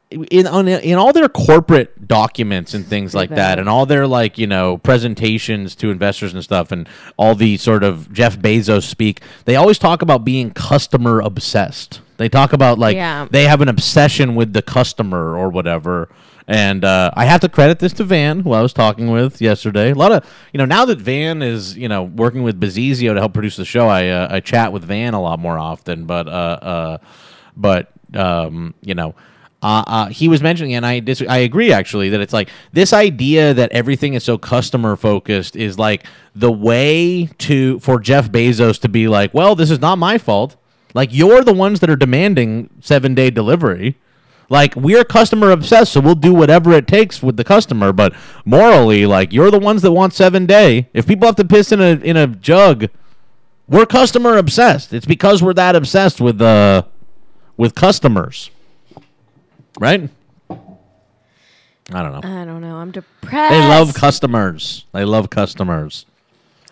in on, in all their corporate documents and things like that, bad. and all their like you know presentations to investors and stuff, and all the sort of Jeff Bezos speak, they always talk about being customer obsessed. They talk about like Yeah. they have an obsession with the customer or whatever. And uh, I have to credit this to Van, who I was talking with yesterday. A lot of you know now that Van is you know working with Bezizio to help produce the show, I uh, I chat with Van a lot more often. But uh, uh, but um, you know. Uh, uh, he was mentioning, and I dis- I agree actually that it's like this idea that everything is so customer focused is like the way to for Jeff Bezos to be like, well, this is not my fault. Like you're the ones that are demanding seven day delivery. Like we're customer obsessed, so we'll do whatever it takes with the customer. But morally, like you're the ones that want seven day. If people have to piss in a in a jug, we're customer obsessed. It's because we're that obsessed with uh with customers, right? I don't know. I don't know. I'm depressed. They love customers. They love customers.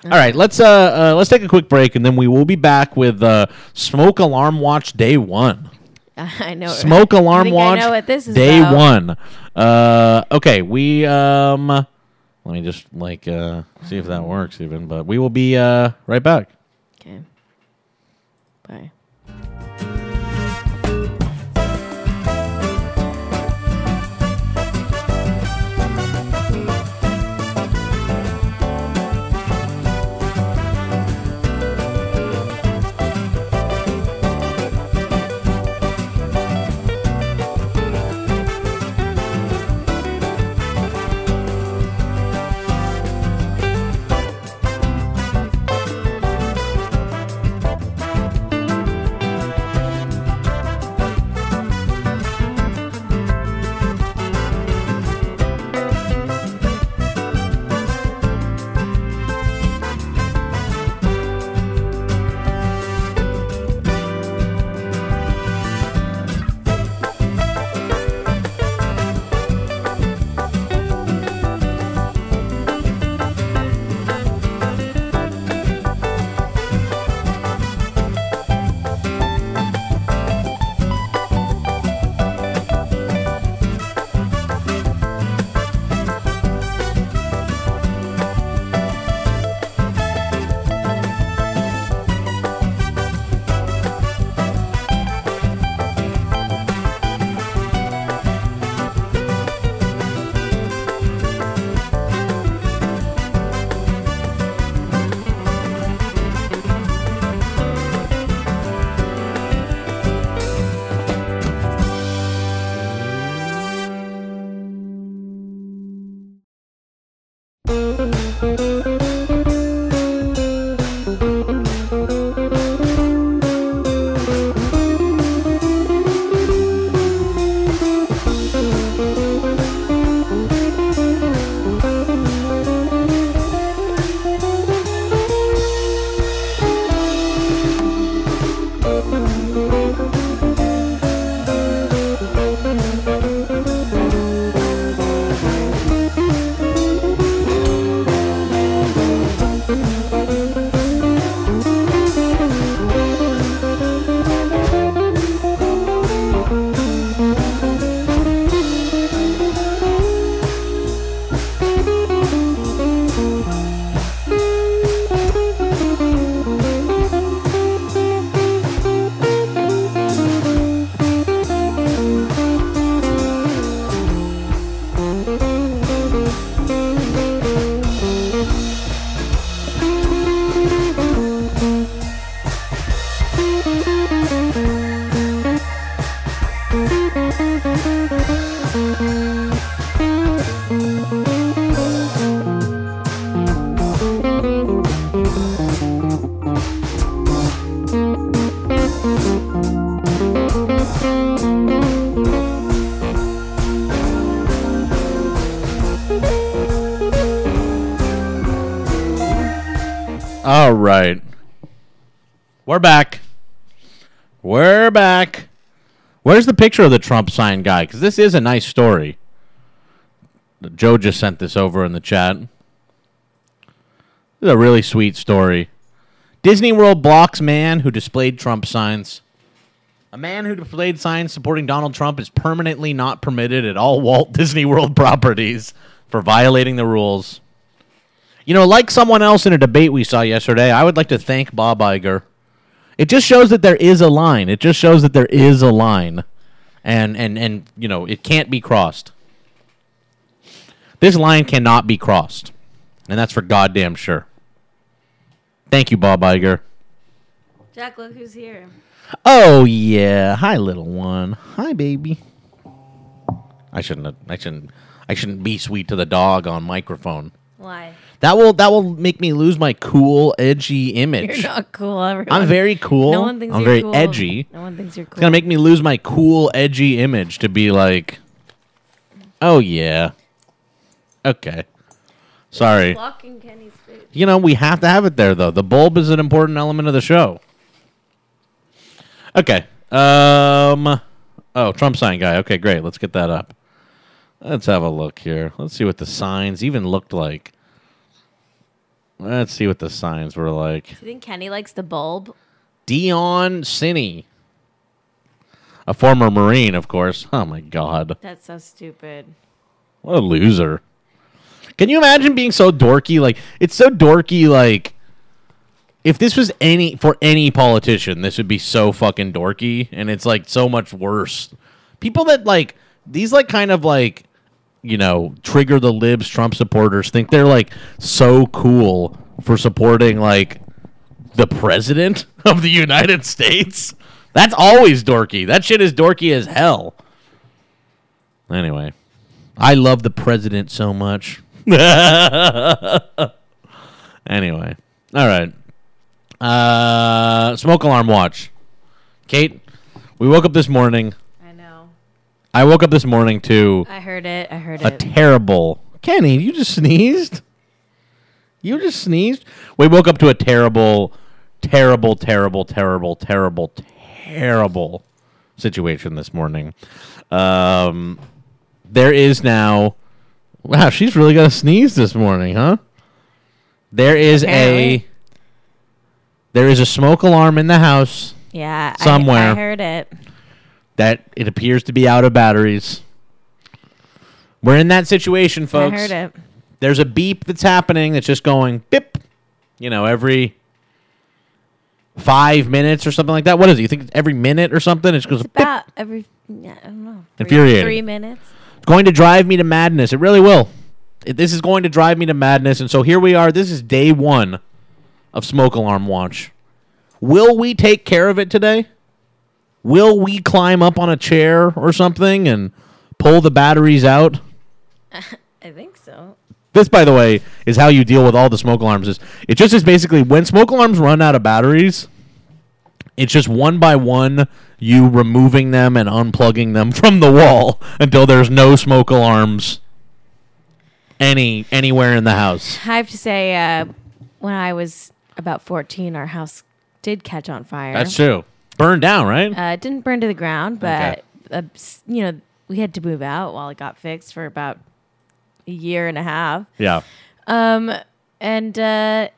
All right, let's uh, uh let's take a quick break and then we will be back with uh smoke alarm watch day 1. I know. Smoke alarm I think watch I know what this is day about. 1. Uh okay, we um let me just like uh see if that works even, but we will be uh right back. Okay. Bye. All right. We're back. We're back. Where's the picture of the Trump sign guy? Because this is a nice story. Joe just sent this over in the chat. This is a really sweet story. Disney World blocks man who displayed Trump signs. A man who displayed signs supporting Donald Trump is permanently not permitted at all Walt Disney World properties for violating the rules. You know, like someone else in a debate we saw yesterday, I would like to thank Bob Iger. It just shows that there is a line. It just shows that there is a line. And and and you know, it can't be crossed. This line cannot be crossed. And that's for goddamn sure. Thank you, Bob Iger. Jack, look who's here. Oh yeah. Hi little one. Hi baby. I shouldn't have- I shouldn't I shouldn't be sweet to the dog on microphone. Why? That will that will make me lose my cool, edgy You're image. not cool. Everyone. I'm very cool. No one thinks I'm you're very cool. edgy. No one thinks you're cool. It's gonna make me lose my cool, edgy image to be like, oh yeah, okay, sorry. blocking Kenny's food. You know we have to have it there though. The bulb is an important element of the show. Okay. Um. Oh, Trump sign guy. Okay, great. Let's get that up. Let's have a look here. Let's see what the signs even looked like. Let's see what the signs were like. Do you think Kenny likes the bulb? Dion Sinney, a former Marine, of course. Oh my God, That's so stupid. what a loser! Can you imagine being so dorky? Like it's so dorky. Like if this was any for any politician, this would be so fucking dorky, and it's like so much worse. People that like these, like kind of like you know, trigger the libs Trump supporters think they're like so cool for supporting like the president of the United States. That's always dorky. That shit is dorky as hell. Anyway, I love the president so much. anyway, all right. Uh, smoke alarm watch. Kate, we woke up this morning. I know. I woke up this morning to I heard it. I heard a it. terrible Kenny. You just sneezed. You just sneezed. We woke up to a terrible, terrible, terrible, terrible, terrible, terrible situation this morning. Um, there is now. Wow, she's really gonna sneeze this morning, huh? There is a. Apparently. There is a smoke alarm in the house yeah. I- I, Somewhere. heard it. that it appears to be out of batteries. We're in that situation, folks I heard it. there's a beep that's happening that's just going bip, you know, every five minutes or something like that. What is it? You think it's every minute or something? It just goes bip. About every. yeah, I don't know. three- Infuriating. Three minutes. It's going to drive me to madness. It really will. It, this is going to drive me to madness. And so here we are. This is day one of Smoke Alarm Watch. Will we take care of it today? Will we climb up on a chair or something and pull the batteries out? I think so. This, by the way, is how you deal with all the smoke alarms. Is it just is basically when smoke alarms run out of batteries, it's just one by one you removing them and unplugging them from the wall until there's no smoke alarms any anywhere in the house. I have to say, uh, when I was about 14, our house did catch on fire. That's true. Burned down, right? Uh, it didn't burn to the ground, but Okay. uh, s- you know we had to move out while it got fixed for about a year and a half, yeah. um, and uh,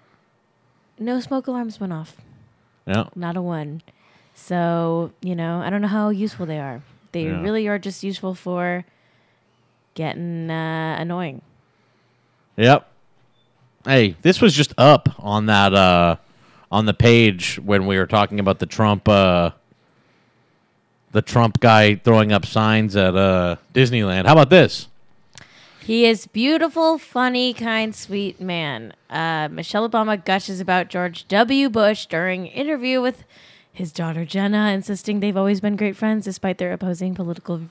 no smoke alarms went off, Yeah. not a one. So you know I don't know how useful they are. They Yeah. really are just useful for getting uh, annoying. Yep. Hey, this was just up on that uh on the page when we were talking about the Trump uh the Trump guy throwing up signs at uh Disneyland. How about this? He is beautiful, funny, kind, sweet man. Uh, Michelle Obama gushes about George W. Bush during interview with his daughter Jenna, insisting they've always been great friends despite their opposing political.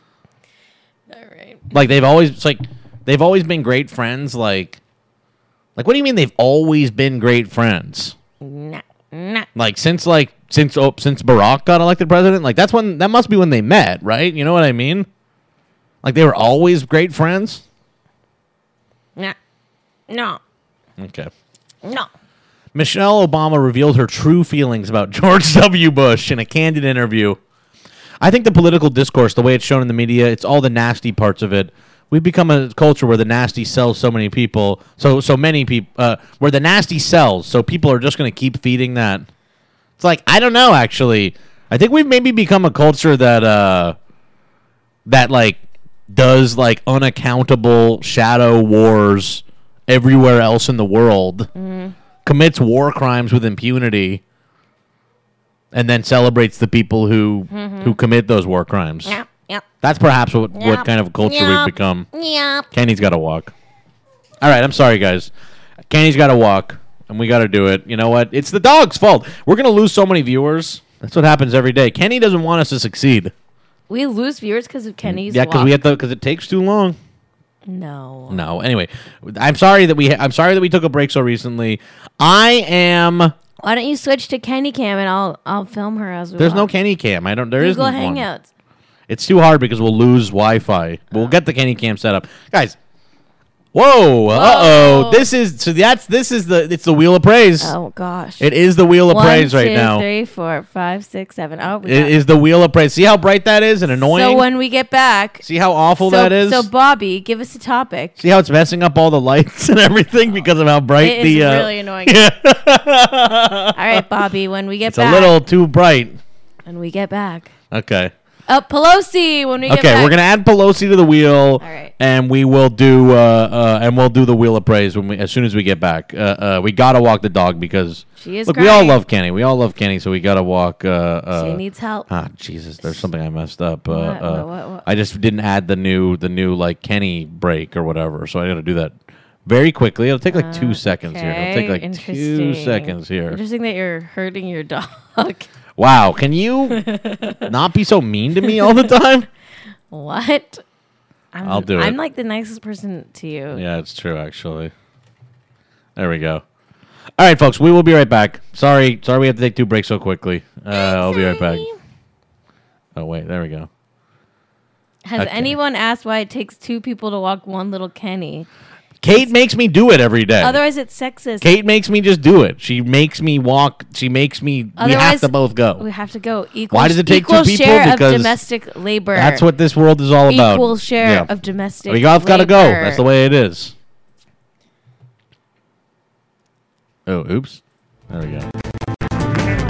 All right. Like they've always it's like they've always been great friends like like what do you mean they've always been great friends? Nah, nah. Like since like since oh, since Barack got elected president, like that's when that must be when they met, right? You know what I mean? Like they were always great friends? Nah. No. Okay. No. Michelle Obama revealed her true feelings about George W. Bush in a candid interview. I think the political discourse, the way it's shown in the media, it's all the nasty parts of it. We've become a culture where the nasty sells so many people, so so many people, uh, where the nasty sells, so people are just going to keep feeding that. It's like I don't know. Actually, I think we've maybe become a culture that uh, that like does like unaccountable shadow wars everywhere else in the world, commits war crimes with impunity, and then celebrates the people who who commit those war crimes. Yep, yep, That's perhaps what, Yep. what kind of culture Yep. we've become. yep. Kenny's got to walk. All right, I'm sorry, guys. Kenny's got to walk, and we got to do it. You know what? It's the dog's fault. We're gonna lose so many viewers. That's what happens every day. Kenny doesn't want us to succeed. We lose viewers because of Kenny's. yeah, because walk. we have to. Because it takes too long. No. No. Anyway, I'm sorry that we. I'm sorry that we took a break so recently. I am. Why don't you switch to Kenny Cam and I'll I'll film her as we There's no walk. Kenny cam. I don't. There Google isn't one. Hangouts. It's too hard because we'll lose Wi-Fi. But we'll get the Kenny Cam set up, guys. Whoa! Uh oh! This is so. That's this is the. It's the wheel of praise. Oh gosh. It is the wheel of One, praise right two, now. Three, four, five, six, seven. Oh, we It got- is the wheel of praise. See how bright that is and annoying. So when we get back, See how awful so, that is. So Bobby, give us a topic. See how it's messing up all the lights and everything because of how bright It is the. uh, really annoying. All right, Bobby. When we get it's a back, little too bright. when we get back, Okay. uh, Pelosi. When we get Okay, back, we're gonna add Pelosi to the wheel, right. and we will do uh, uh, and we'll do the wheel of praise when we as soon as we get back. Uh, uh, we gotta walk the dog because She is look. We all crying. love Kenny. We all love Kenny, so we gotta walk. Uh, uh, She needs help. Ah, Jesus! There's something I messed up. Uh, What, uh, what, what, what? I just didn't add the new the new like Kenny break or whatever, so I gotta do that very quickly. It'll take like two seconds here. It'll take Okay, like two interesting. seconds here. Interesting that you're hurting your dog. Wow! Can you not be so mean to me all the time? what? I'm, I'll do I'm it. like the nicest person to you. Yeah, it's true actually. There we go. All right, folks, we will be right back. Sorry, sorry, we have to take two breaks so quickly. Uh, I'll be right back. Oh wait, there we go. Has Okay. anyone asked why it takes two people to walk one little Kenny? Kate makes me do it every day. Otherwise, it's sexist. Kate makes me just do it. She makes me walk. She makes me. we have Otherwise- to both we go. have to go equal. Why does it take two equal people? Share Because of domestic labor. That's what this world is all about. equal share Yeah. of domestic. We all got to go. labor. That's the way it is. Oh, oops. There we go.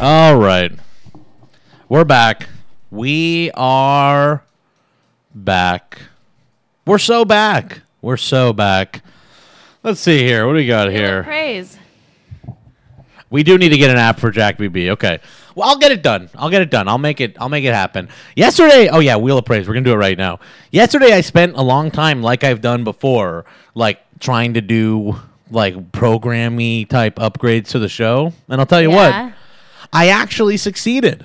All right. We're back. We are back. We're so back. We're so back. Let's see here. What do we got here? Praise. We do need to get an app for Jack BB. Okay. Well, I'll get it done. I'll get it done. I'll make it. I'll make it happen. Yesterday. Oh yeah, Wheel of Praise. We're gonna do it right now. Yesterday, I spent a long time, like I've done before, like trying to do like programmy type upgrades to the show. And I'll tell you Yeah. what, I actually succeeded.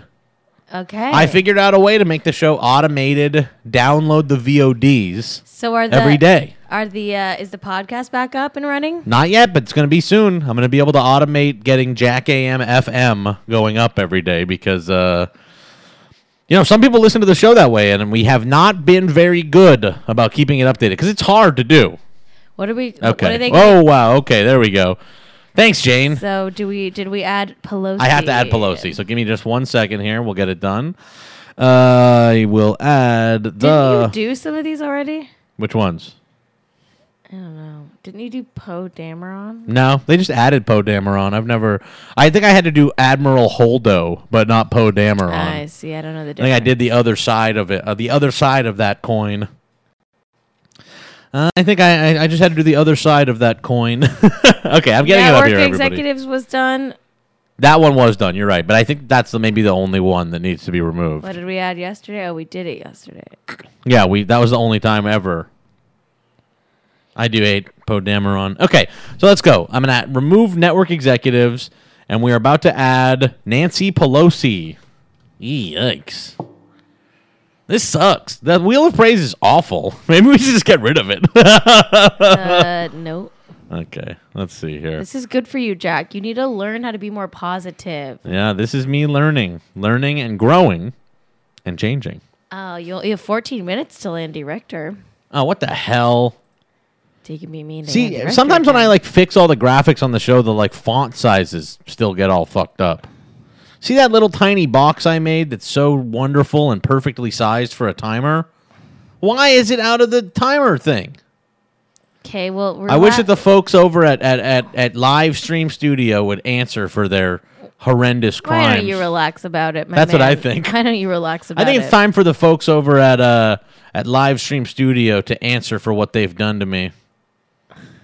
Okay. I figured out a way to make the show automated. Download the VODs so are the every day. Are the uh, is the podcast back up and running? Not yet, but it's going to be soon. I'm going to be able to automate getting Jack AM FM going up every day because, uh, you know, some people listen to the show that way, and we have not been very good about keeping it updated because it's hard to do. What are we? What are Okay. they? oh wow. Okay, there we go. Thanks, Jane. So do we? Did we add Pelosi? I have to add Pelosi, so give me just one second here. We'll get it done. Uh, I will add Did the you do some of these already? which ones? I don't know. Didn't you do Poe Dameron? No, they just added Poe Dameron. I've never. I think I had to do Admiral Holdo, but not Poe Dameron. I see. I don't know the I think difference. I did the other side of it, uh, the other side of that coin. Uh, I think I, I I just had to do the other side of that coin. okay, I'm getting it up Network here, everybody. executives was done. That one was done. You're right, but I think that's the, maybe the only one that needs to be removed. What did we add yesterday? Oh, we did it yesterday. Yeah, we that was the only time ever. I do hate Poe Dameron. Okay, so let's go. I'm gonna remove network executives, and we are about to add Nancy Pelosi. Yikes! This sucks. The Wheel of Praise is awful. Maybe we should just get rid of it. Uh, no. okay, let's see here. This is good for you, Jack. You need to learn how to be more positive. Yeah, this is me learning, learning and growing, and changing. Oh, you'll, you have 14 minutes till Andy Richter. Oh, what the hell? So you can be mean to Andy See, Richter sometimes when I again. like fix all the graphics on the show, the like font sizes still get all fucked up. See that little tiny box I made that's so wonderful and perfectly sized for a timer? Why is it out of the timer thing? Okay, well, we're I wish la- that the folks over at at, at at Live Stream Studio would answer for their horrendous crimes. Why don't you relax about it, my That's what I man? think. Why don't you relax about I it? think it's time for the folks over at uh at Live Stream Studio to answer for what they've done to me.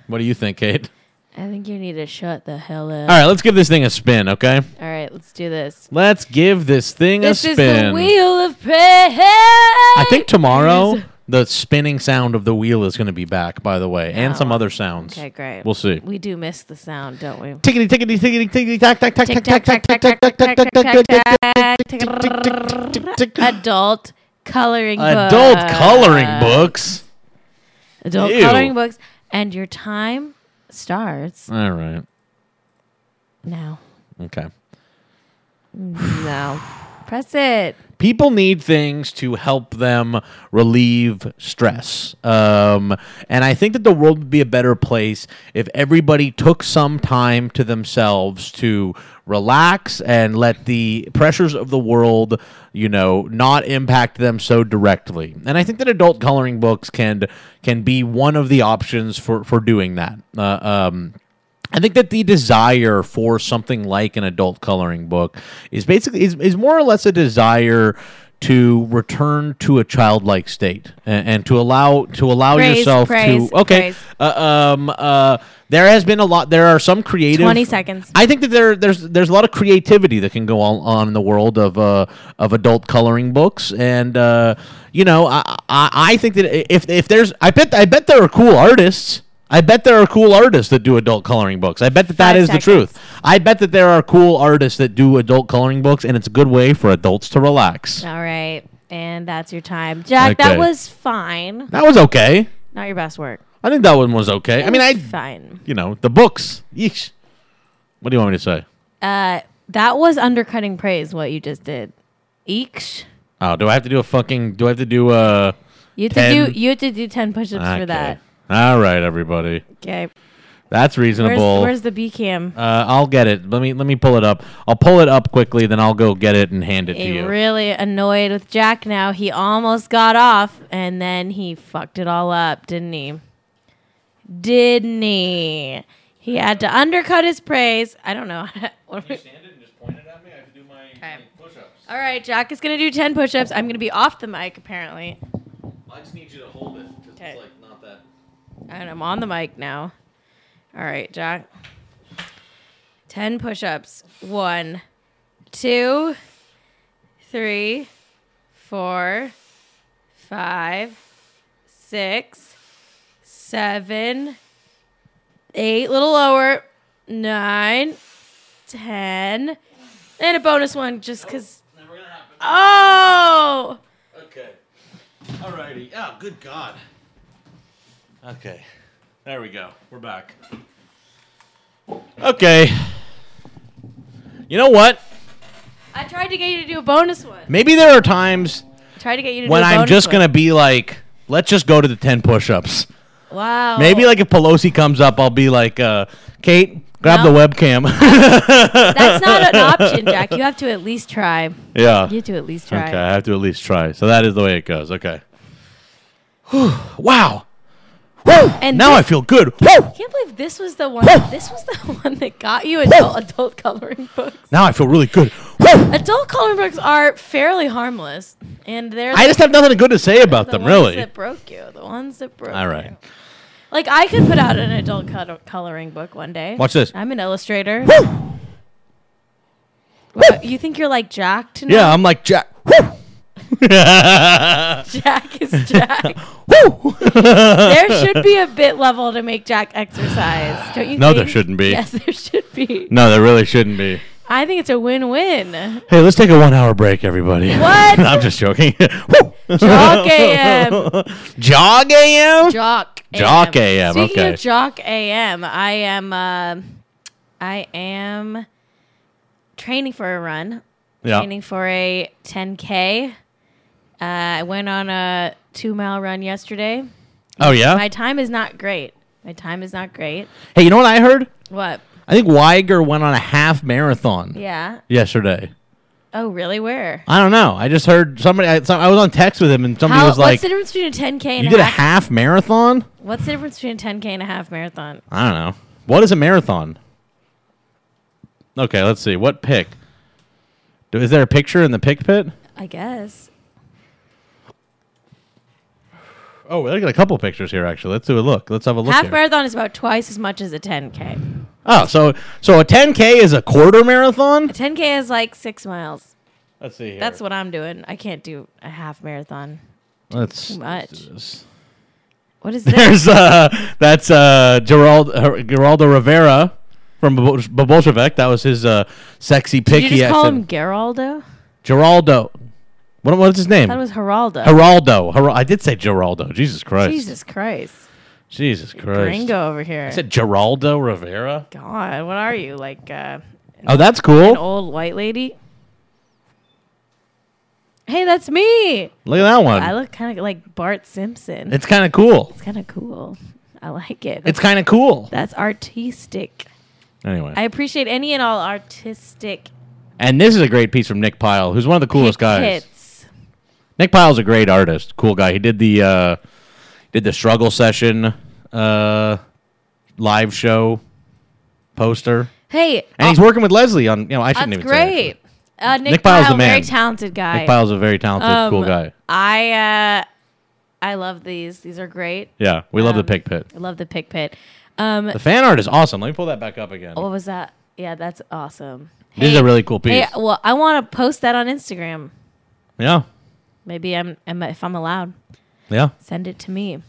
What do you think, Kate? I think you need to shut the hell up. All right, let's give this thing a spin, okay? All right, let's do this. Let's give this thing This a is the spin. wheel of praise. I think tomorrow the spinning sound of the wheel is going to be back, by the way, and some Oh. other sounds. Okay, great. We'll see. We do miss the sound, don't we? Tickety tickety tickety tickety tack tack tack Tick tack tack tack tack tack tack tack tack tack tack tack tack tack tack tack tack tack. tack. Adult coloring books. Adult coloring books. Adult Ew. coloring books. And your time starts All right. now. Okay. No. Press it. People need things to help them relieve stress. Um, and I think that the world would be a better place if everybody took some time to themselves to relax and let the pressures of the world, you know, not impact them so directly. And I think that adult coloring books can can be one of the options for for doing that. Uh, um, I think that the desire for something like an adult coloring book is basically is, is more or less a desire to return to a childlike state and, and to allow to allow Praise, yourself praise, to okay praise. Uh, um uh there has been a lot there are some creative 20 seconds. I think that there there's there's a lot of creativity that can go on, on in the world of uh, of adult coloring books, and uh, you know I, I I think that if if there's I bet I bet there are cool artists. I bet there are cool artists that do adult coloring books. I bet that that Five is seconds. the truth. I bet that there are cool artists that do adult coloring books, and it's a good way for adults to relax. All right. And that's your time. Jack, that Okay. was fine. That was okay. Not your best work. I think that one was okay. I mean, I Fine. you know the books. Yeesh. What do you want me to say? Uh, that was undercutting praise, what you just did. Eek. Oh, do I have to do a fucking? Do I have to do a? You have to Ten. do you have to do ten push ups for that. All right, everybody. Okay. That's Where's, reasonable. where's the B cam? uh, I'll get it. Let me let me pull it up. I'll pull it up quickly, then I'll go get it and hand it to you. really annoyed with Jack now. He almost got off and then he fucked it all up, didn't he? Didn't he? He had to undercut his praise. I don't know. stand it and just point it at me? I have to do my, Okay. push-ups. All right, Jack is going to do 10 push ups. I'm going to be off the mic, apparently. I just need you to hold it because Okay. it's like not that. And I'm on the mic now. All right, Jack. 10 push ups. One, two, three, four, five, six, seven, eight, little lower, nine, ten, and a bonus one just because. Never gonna happen. Oh! Okay. Alrighty. Oh, good God. Okay. There we go. We're back. Okay. You know what? I tried to get you to do a bonus one. Maybe there are times Tried to get you to when do a I'm bonus just one. gonna be like, let's just go to the ten push-ups. Wow. Maybe like if Pelosi comes up, I'll be like, uh, Kate, grab No. the webcam. That's not an option, Jack. You have to at least try. You yeah. have to at least try. Okay, I have to at least try. So that is the way it goes. Okay. Whew. wow. Woo! And now I this- feel good. Woo! Can't believe this was the one. This was the one that got you adult, adult coloring books. Now I feel really good. Woo! Adult coloring books are fairly harmless, and they're I just have nothing good to say about the them, ones really. that broke you. The ones that broke. All right. you. Like I could put out an adult col- coloring book one day. Watch this. I'm an illustrator. Woo! Wow, you think you're like Jack tonight? Yeah, I'm like Jack. Woo! Jack is Jack. Woo! there should be a bit level to make Jack exercise, don't you? No, think? there shouldn't be. Yes, there should be. no, there really shouldn't be. I think it's a win-win. Hey, let's take a one hour break, everybody. What? I'm just joking. Woo! Jock AM. Jog AM? Jock. AM. Jock AM, Speaking okay. of Jock AM, I am. Uh, I am training for a run. yeah. Training for a 10k. Uh, I went on a two-mile run yesterday. Oh, yeah? My time is not great. My time is not great. Hey, you know what I heard? What? I think Weiger went on a half marathon Yeah. yesterday. Oh, really? Where? I don't know. I just heard somebody. I, some, I was on text with him, and somebody How, was like, what's the difference between a 10k and "You did a a half? half marathon." What's the difference between a 10k and a half marathon? I don't know. What is a marathon? Okay, let's see. What pick? Do- Is there a picture in the pick pit? I guess. Oh, I got a couple pictures here. Actually, let's do a look. Let's have a look. half here. marathon is about twice as much as a 10k. oh, so so a 10k is a quarter marathon. 10k is like six miles. Let's see. Here. That's what I'm doing. I can't do a half marathon. Let's. Too much. this. What is this? There's uh, that's uh, Gerald uh, Geraldo Rivera from Bo- Bo- Bolshevik. That was his uh, sexy Did you picky just call accent. him Geraldo? Geraldo. What what's his name? That was Geraldo. Geraldo. Her- I did say Geraldo. Jesus Christ. Jesus Christ. Jesus Christ. Gringo over here. I said Geraldo Rivera. God, what are you? Like uh, an Oh, that's an cool. old white lady? Hey, that's me. Look at that one. I look kind of like Bart Simpson. It's it's kind of cool. kind of cool. I like it. It's kind of cool. That's artistic. Anyway. I appreciate any and all artistic and this is a great piece from Nick Pyle, who's one of the coolest guys. hits. Nick Pyle's a great artist, cool guy. He did the uh, did the struggle session uh, live show poster, Hey, oh, and he's working with Leslie on. You know, I shouldn't That's even say. that. great. Uh, Nick, Nick Pyle's Pyle, the man. very talented guy. Nick Pyle's a very talented, Um, cool guy. I uh, I love these. These are great. Yeah, we love the um, pig pit. I love the pick pit. Um, The fan art is awesome. Let me pull that back up again. what was that? Yeah, that's awesome. This is a really cool piece. Oh, Hey, uh, well, I want to post that on Instagram. yeah, Maybe I'm, I'm if I'm allowed, yeah. send it to me.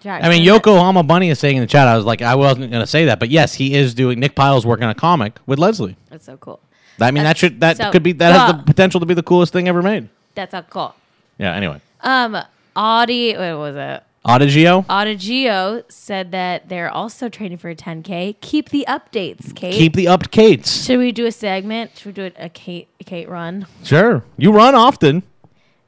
Jack, I mean, send it. Yokohama Bunny is saying in the chat. I was like, I wasn't going to say that, but yes, he is doing. Nick Pyle's working on a comic with Leslie. That's so cool. I mean, that That's should that so could be that has the cool. potential to be the coolest thing ever made. That's so cool. Yeah. Anyway, Um, Audi, what was it? Audigio. Audagio said that they're also training for a 10K. Keep the updates, Kate. Keep the updates. Should we do a segment? Should we do a- a Kate a Kate run? Sure. You run often.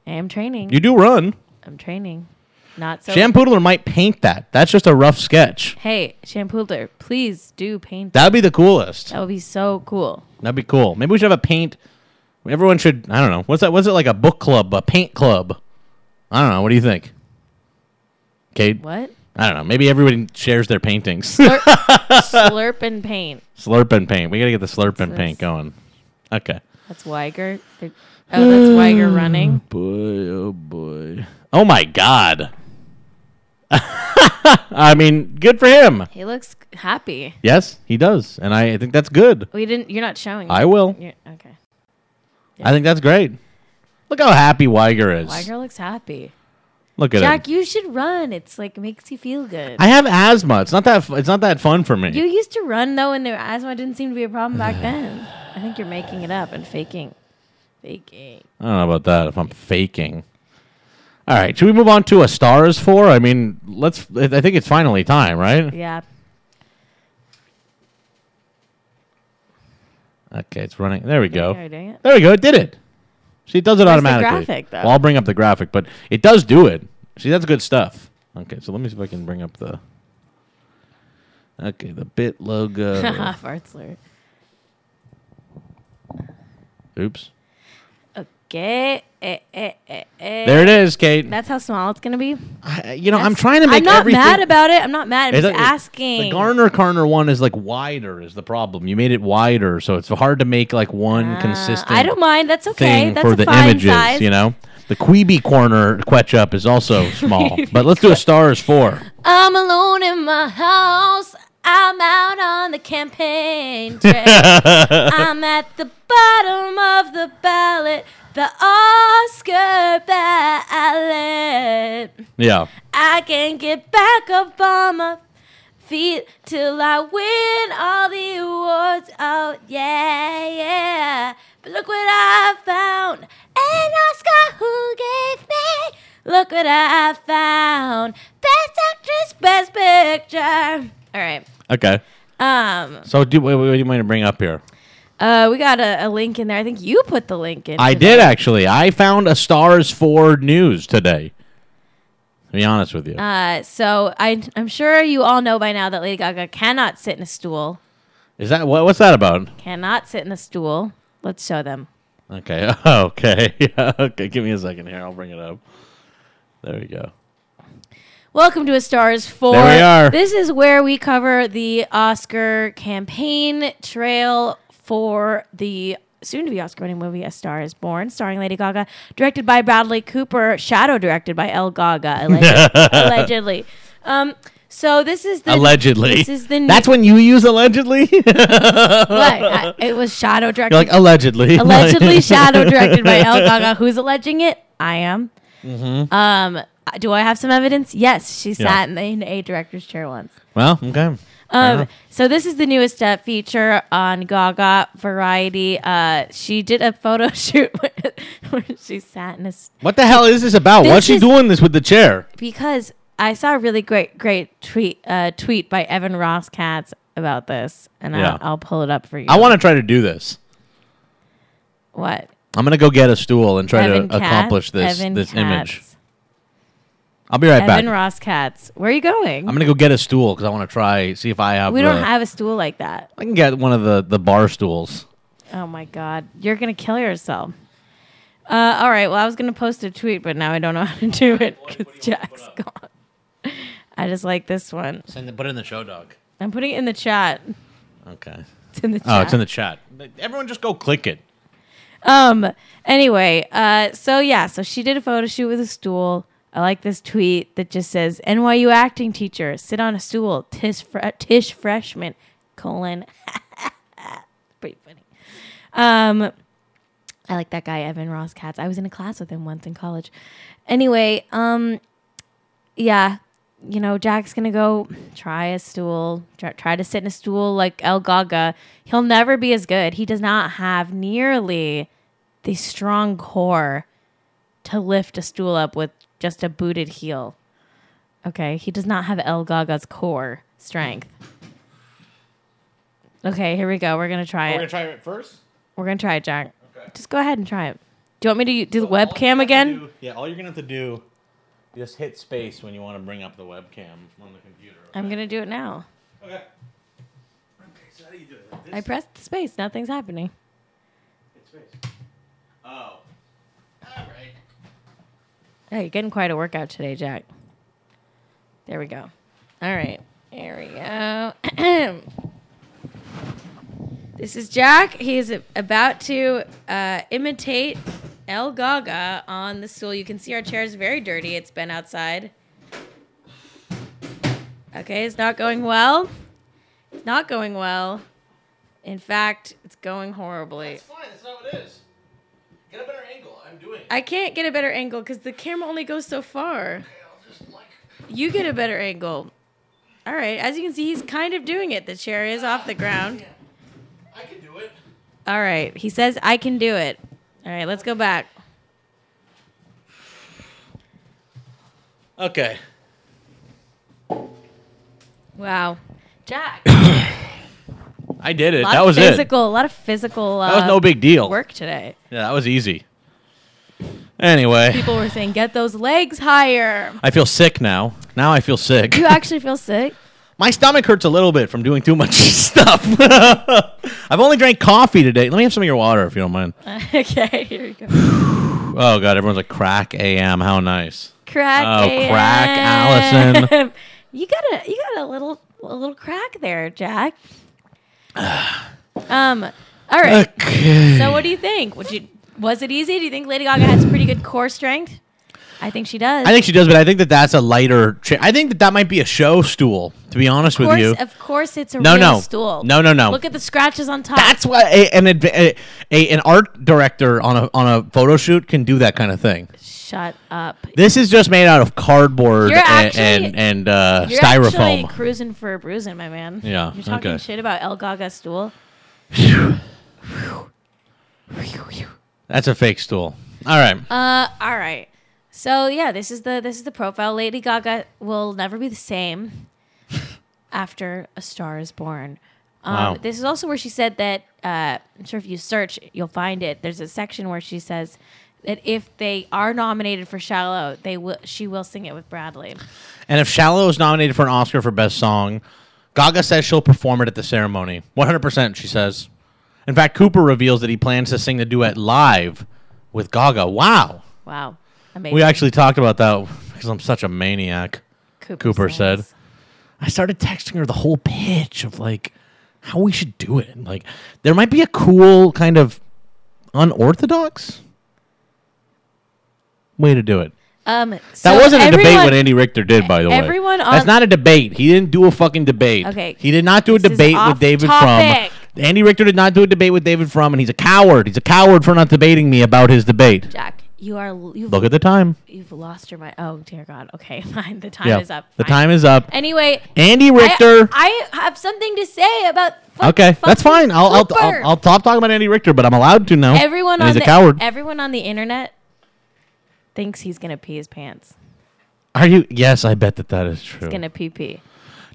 I am training. You do run. I'm training. Not so. Shampoodler might paint that. That's just a rough sketch. hey, Shampoodler, please do paint. That, That would be the coolest. would be so cool. That'd be cool. Maybe we should have a paint. Everyone should. I don't know. What's that? What's it like? A book club? A paint club? I don't know. What do you think, Kate? What? I don't know. Maybe everybody shares their paintings. Slurp, slurp and paint. slurp and paint. We gotta get the slurp and paint That's- going. Okay. That's Weiger. Oh, that's Mm. Weiger running. Boy, oh boy. Oh my god. I mean, good for him. He looks happy. Yes, he does. And I think that's good. We didn't. You're not showing. I it. will. You're, okay. I think that's great. Look how happy Weiger is. Weiger looks happy. Look at Jack, him. you should run. It's like makes you feel good. I have asthma. It's not that fu- it's not that fun for me. you used to run though, and the asthma didn't seem to be a problem back then. I think you're making it up and faking, faking. I don't know about that if I'm faking. All right, should we move on to a star is for? I mean, let's I think it's finally time, right? Yeah. Okay, it's running. There we go. Are we doing it? There we go. It did it. See, it does it Where's the automatically. graphic, though? Well, I'll bring up the graphic, but it does do it. See, that's good stuff. Okay, so let me see if I can bring up the. Okay, the bit logo. Fart slur. Oops. Okay. Eh, eh, eh, eh. There it is, Kate. That's how small it's gonna be. I, you know, I'm trying to make I'm not everything. mad about it. I'm not mad. I'm It's just like- asking. The Garner Carner one is like wider is the problem. You made it wider, so it's hard to make like one Uh, consistent. I don't mind. That's okay. thing That's for a the fine images, size. you know. The Queeby corner quetch up is also small, but let's do a star is four. I'm alone in my house. I'm out on the campaign trail. I'm at the bottom of the ballot, the Oscar ballot. Yeah. I can get back up on my feet till I win all the awards. Oh, yeah, yeah. But look what I found. An Oscar who gave me. Look what I found. Best actress, best picture. All right. Okay. Um, So do what, what do you want to bring up here? uh, we got a, a link in there. I think you put the link in. I did actually. I found a star is four news today. To be honest with you. Uh, so I, I'm sure you all know by now that Lady Gaga cannot sit in a stool. is that what, what's that about? Cannot sit in a stool. Let's show them. Okay. Okay. okay. Give me a second here. I'll bring it up. There we go. Welcome to A Stars 4. There we are. This is where we cover the Oscar campaign trail for the soon to be Oscar winning movie A Star is Born, starring Lady Gaga, directed by Bradley Cooper, shadow directed by El Gaga, allegedly. allegedly. Um, so this is the. Allegedly. This is the. That's when you use allegedly? You're what? I- it was shadow directed. like allegedly. allegedly shadow directed by El Gaga. Who's alleging it? I am. Um, do I have some evidence? Yes, she sat Mm-hmm. Yeah. in, the, in a director's chair once. well, okay. Um, so this is the newest uh, feature on Gaga Variety. Uh, she did a photo shoot where, where she sat in a s- What the hell is this about? This What's she is- doing this with the chair? because I saw a really great great tweet uh, tweet by Evan Ross Katz about this, and Yeah. I'll, I'll pull it up for you. I want to try to do this. what I'm gonna go get a stool and try Evan to accomplish Katz? this Evan this image. Katz. I'll be right back. Evan Ross Katz. Where are you going? I'm gonna go get a stool because I want to try see if I have. we don't the- have a stool like that. I can get one of the the bar stools. Oh my god, you're gonna kill yourself. Uh, all right. Well, I was gonna post a tweet, but now I don't know how to do it because Jack's gone. I just like this one. Send put it in the show dog. I'm putting it in the chat. Okay. It's in the chat. Oh, it's in the chat. Everyone, just go click it. um. Anyway. Uh. So yeah. So she did a photo shoot with a stool. I like this tweet that just says NYU acting teacher sit on a stool. Tish fre- Tish freshman colon. Pretty funny. Um. I like that guy, Evan Ross Katz. I was in a class with him once in college. Anyway, um, yeah, you know, Jack's gonna go try a stool, try, try to sit in a stool like El Gaga. He'll never be as good. He does not have nearly the strong core to lift a stool up with just a booted heel. Okay, he does not have El Gaga's core strength. Okay, here we go. We're gonna try it. try it first. We're gonna try it, Jack. Just go ahead and try it. Do you want me to u- do the webcam again? yeah, all you're gonna have to do, just hit space when you want to bring up the webcam on the computer. I'm gonna do it now. Okay. Okay. So how do you do it? I pressed the space. Nothing's happening. Oh. All right. Oh, you're getting quite a workout today, Jack. There we go. All right. There we go. This is Jack. He is a- about to uh, imitate El Gaga on the stool. You can see our chair is very dirty. It's been outside. Okay, it's not going well. It's not going well. In fact, it's going horribly. fine. That's not what it is. Get a better angle. I'm doing it. I can't get a better angle because the camera only goes so far. I'll just like. You get a better angle. All right, as you can see, he's kind of doing it. The chair is off the ground. I can do it. All right. He says, I can do it. All right, let's go back. Okay. Wow. Jack. I did it. A lot That of was it. physical, A lot of physical uh, That was no big deal. work today. Yeah, that was easy. Anyway, People were saying, get those legs higher. I feel sick now. Now I feel sick. You actually feel sick? My stomach hurts a little bit from doing too much stuff. I've only drank coffee today. Let me have some of your water if you don't mind. Uh. okay, here we go. Oh god, everyone's like crack AM. How nice. Crack. Oh, AM. crack, Allison. you got a you got a little a little crack there, Jack. um all right. Okay. So what do you think? Would you was it easy? Do you think Lady Gaga has pretty good core strength? I think she does. I think she does, but I think that that's a lighter. Cha- I think that that might be a show stool. To be honest of with course, you, of course it's a No, real no. stool. No, no, no. Look at the scratches on top. that's why a, an adv- a, a, an art director on a on a photo shoot can do that kind of thing. Shut up. This is just made out of cardboard You're and actually- and, and uh, You're styrofoam. actually cruising for a bruising, my man. Yeah, You're talking okay. shit about El Gaga stool. that's a fake stool. All right. Uh, all right. So yeah, this is the this is the profile. Lady Gaga will never be the same after A Star Is Born. Um, Wow. This is also where she said that. Uh, I'm sure if you search, you'll find it. There's a section where she says that if they are nominated for Shallow, they will. She will sing it with Bradley. And if Shallow is nominated for an Oscar for Best Song, Gaga says she'll perform it at the ceremony. 100%, she says. In fact, Cooper reveals that he plans to sing the duet live with Gaga. Wow. Wow, amazing. We actually talked about that because I'm such a maniac. Cooper said. says. I started texting her the whole pitch of like how we should do it. Like there might be a cool kind of unorthodox way to do it. Um, That wasn't a debate everyone- what Andy Richter did, by the way. everyone on- That's not a debate. He didn't do a fucking debate. Okay, He did not do a this is debate off with David topic. Frum. Andy Richter did not do a debate with David Frum, and he's a coward. He's a coward for not debating me about his debate. Jack, you are you've Look at the time. you've lost your mind. Oh dear God. Okay, fine. The time yeah. is up. The Fine. time is up. Anyway, Andy Richter. I, I have something to say about. fuck- okay, that's fine. fucking I'll, I'll, Cooper. I'll, I'll stop talking about Andy Richter, but I'm allowed to now. everyone And on he's the a coward. everyone on the internet thinks he's gonna pee his pants. Are you? Yes, I bet that that is true. He's gonna pee pee.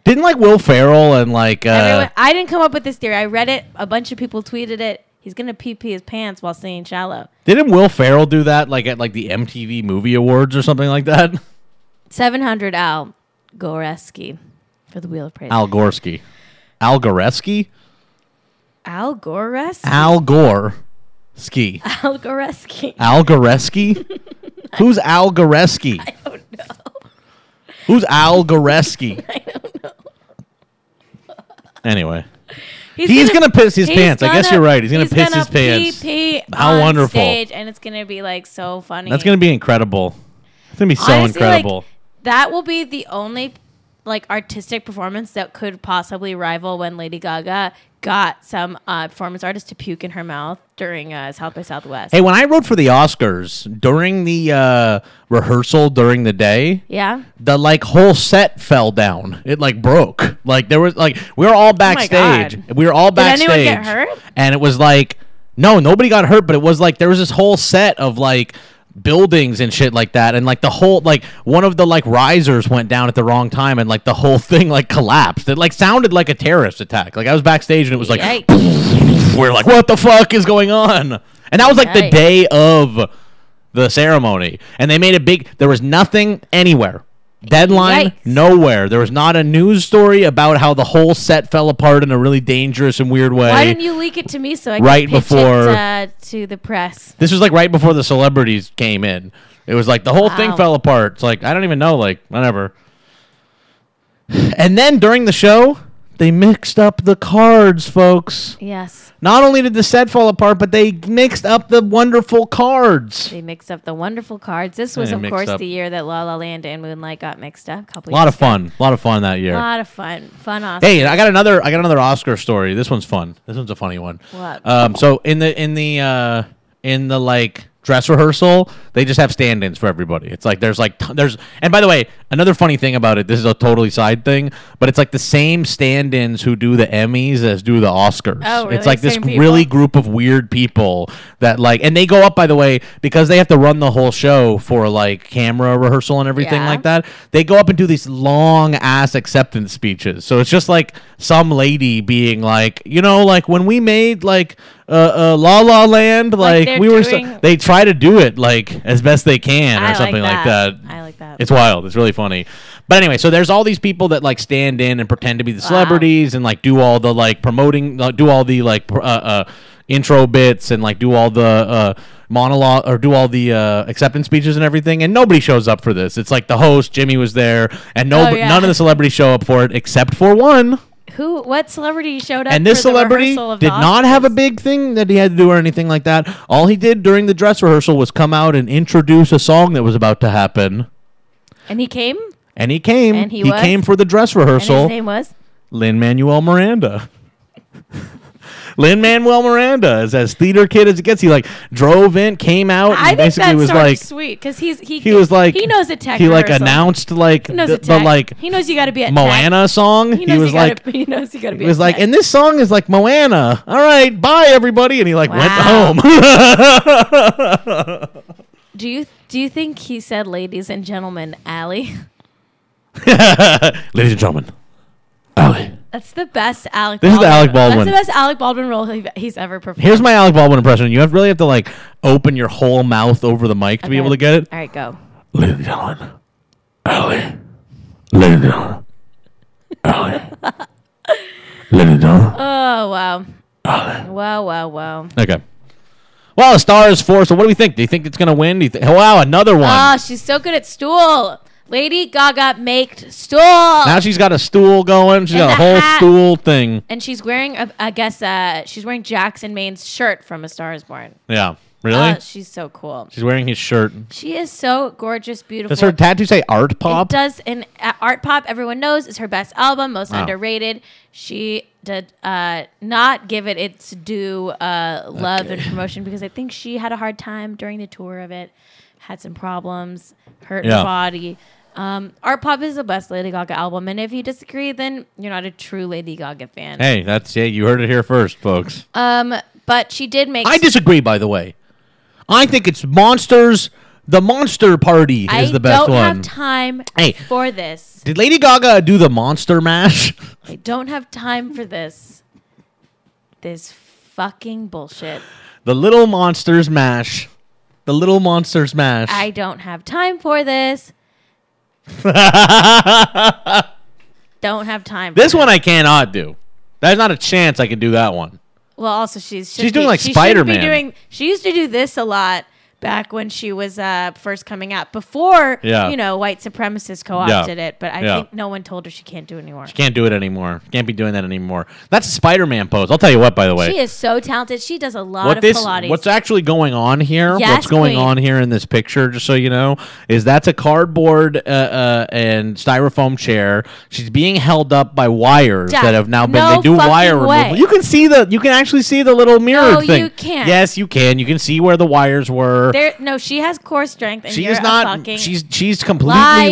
Didn't like Will Ferrell and like. Uh, Everyone, I didn't come up with this theory. I read it. A bunch of people tweeted it. He's gonna pee pee his pants while singing "Shallow." Didn't Will Ferrell do that like at like the MTV Movie Awards or something like that? Seven hundred Al Goreski for the Wheel of Praise. Al Gorsky. Al Goreski? Al Goreski. Al Gore. Ski. Al Goreski. Al Goreski? Who's Al Goreski? I don't know. Who's Al Goreski? I don't know. Anyway, he's gonna piss his he's pants. I guess gonna- you're right. He's gonna piss his pee, pants. Pee How on wonderful. Stage, and it's gonna be like so funny. That's gonna be incredible. It's gonna be so Honestly, like, incredible. that will be the only like artistic performance that could possibly rival when Lady Gaga got some uh, performance artist to puke in her mouth during uh, South by Southwest. hey, when I wrote for the Oscars during the uh, rehearsal during the day, Yeah. the like whole set fell down. It like broke. Like there was like we were all backstage. Oh God. we were all Did backstage. anyone get hurt? And it was like no, nobody got hurt, but it was like there was this whole set of like buildings and shit like that and like the whole like one of the like risers went down at the wrong time and like the whole thing like collapsed. It like sounded like a terrorist attack. Like I was backstage and it was like Yikes. we're like, what the fuck is going on? And that was like the Yikes. day of the ceremony. And they made a big, there was nothing anywhere. Deadline, Yikes. nowhere. There was not a news story about how the whole set fell apart in a really dangerous and weird way. Why didn't you leak it to me so I could Right pitch before- it uh, to the press? this was like right before the celebrities came in. It was like the whole thing Wow. fell apart. It's like, I don't even know, like, whatever. And then during the show, They mixed up the cards, folks. Yes. Not only did the set fall apart, but they mixed up the wonderful cards. They mixed up the wonderful cards. This was, They of mixed course, up- the year that La La Land and Moonlight got mixed up. A A couple lot years of fun. A lot of fun that year. A lot of fun. Fun Oscar. Hey, I got another. I got another Oscar story. This one's fun. This one's a funny one. What? Um, so in the in the uh, in the like dress rehearsal, they just have stand-ins for everybody. It's like there's like t- there's and by the way, another funny thing about it. This is a totally side thing, but it's like the same stand-ins who do the Emmys as do the Oscars. Oh, really? It's like this Same people? really group of weird people that like, and they go up by the way because they have to run the whole show for like camera rehearsal and everything Yeah. like that that, they go up and do these long ass acceptance speeches. So it's just like some lady being like, you know, like when we made like uh, uh, La La Land, like, they're we were, doing- so, they try to do it like as best they can or I like something like that. that. I like that. It's wild. It's really funny. But anyway, so there's all these people that like stand in and pretend to be the celebrities and like do all the like promoting, like, do all the like pr- uh, uh, intro bits and like do all the uh, monologue or do all the uh, acceptance speeches and everything. And nobody shows up for this. It's like the host Jimmy was there, and no, Oh, yeah. none of the celebrities show up for it except for one. Who? What celebrity showed up? And this for the celebrity rehearsal of the did not have a Oscars? big thing that he had to do or anything like that. All he did during the dress rehearsal was come out and introduce a song that was about to happen. And he came. And he came. And he he was? came for the dress And his rehearsal. name was. Lin Manuel Miranda. Lin Manuel Miranda is as theater kid as it gets. He like drove in, came out, and I think basically that's was sort like of sweet because he's he. he was like he knows a tech. He like rehearsal. announced like He knows the, a the, tech. like He knows you got to be at Tech. Moana song. He knows was you like gotta, he knows you got to be. he was at like, Tech. and this song is like Moana. All right, bye everybody. And he like went Wow. home. do you do you think he said, "Ladies and gentlemen, Allie"? Ladies and gentlemen, Allie. That's the best Alec. This is the Baldwin. Alec Baldwin. That's the best Alec Baldwin role he- he's ever performed. Here's my Alec Baldwin impression. You have really have to like open your whole mouth over the mic to be Okay. able to get it. All right, go. Ladies and gentlemen, Allie. Ladies and gentlemen, Allie. Ladies and gentlemen. Oh wow. Oh. Wow wow wow. Okay. Well, a star is four. So what do we think? Do you think it's gonna win? Do you thi- wow, another one. Oh, she's so good at stool. Lady Gaga made stool. now she's got a stool going. She's And got a the whole hat. stool thing. and she's wearing, a, I guess, uh, she's wearing Jackson Maine's shirt from A Star Is Born. Yeah. Really? Oh, she's so cool. she's wearing his shirt. She is so gorgeous, beautiful. Does her tattoo say art pop? It does an uh, art pop. Everyone knows is her best album, most Wow. underrated. She did uh, not give it its due uh, love and promotion because I think she had a hard time during the tour of it, had some problems, hurt Yeah. her body. Um, art pop is the best Lady Gaga album, and if you disagree, then you're not a true Lady Gaga fan. Hey, that's yeah. You heard it here first, folks. Um, but she did make. I disagree. By the way, I think it's monsters. The monster party I is the best don't one. have time Hey. for this. Did Lady Gaga do the monster mash? I don't have time for this. This fucking bullshit. The Little Monsters Mash. The Little Monsters Mash. I don't have time for this. don't have time. For this one I cannot do. There's not a chance I can do that one. Well, also she's should She's doing be- like she should be Spider-Man. Doing she used to do this a lot back when she was uh, first coming out before Yeah. you know white supremacists co-opted Yeah. it. But I Yeah. think no one told her she can't do it anymore. Can't do it anymore. Can't be doing that anymore. That's a Spider-Man pose. I'll tell you what. By the way, She is so talented. She does a lot what of this Pilates. what's actually going on here Yes, what's going queen. on here in this picture just so you know is that's a cardboard uh, uh, and styrofoam chair she's being held up by wires Jack, that have now been no they do fucking wire way. removal you can see the you can actually see the little mirror No, thing you can't. yes you can you can see where the wires were there, no, she has core strength, and she you're is a not. fucking- She's she's completely limp. She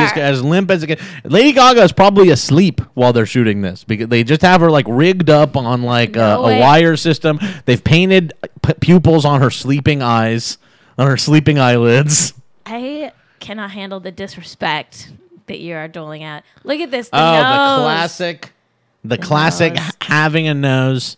is liar. as limp as it can. Lady Gaga is probably asleep while they're shooting this because they just have her like rigged up on like No a, a way. wire system. They've painted p- pupils on her sleeping eyes, on her sleeping eyelids. I cannot handle the disrespect that you are doling out. Look at this. The Oh, the nose. classic, the, classic nose. h- having a nose.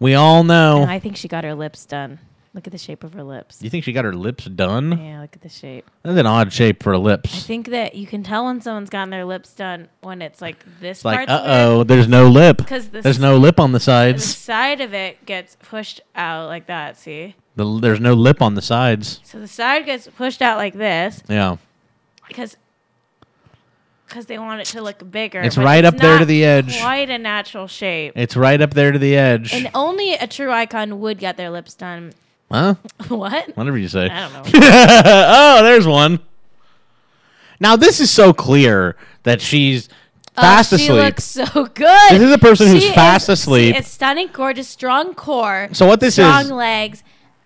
We all know. And I think she got her lips done. Look at the shape of her lips. you think she got her lips done? Yeah, look at the shape. That's an odd shape for I lips. think that you can tell when someone's gotten their lips done when it's like this It's like, part's uh weird, oh, there's no lip. 'Cause this- There's no lip on the The sides. side of it gets pushed out like that. See, The, there's no lip on the sides. so the side gets pushed out like this Yeah. because because they want it to look bigger. It's but right up there to not the edge. Quite a natural shape. It's right up there to the edge. And only a true icon would get their lips done. huh? What? Whatever you say. I don't know. oh, there's one. Now this is so clear that she's fast Oh, asleep. She looks so good. This is a person who's She fast is- asleep. She is stunning, gorgeous, strong core. So what this strong is- legs,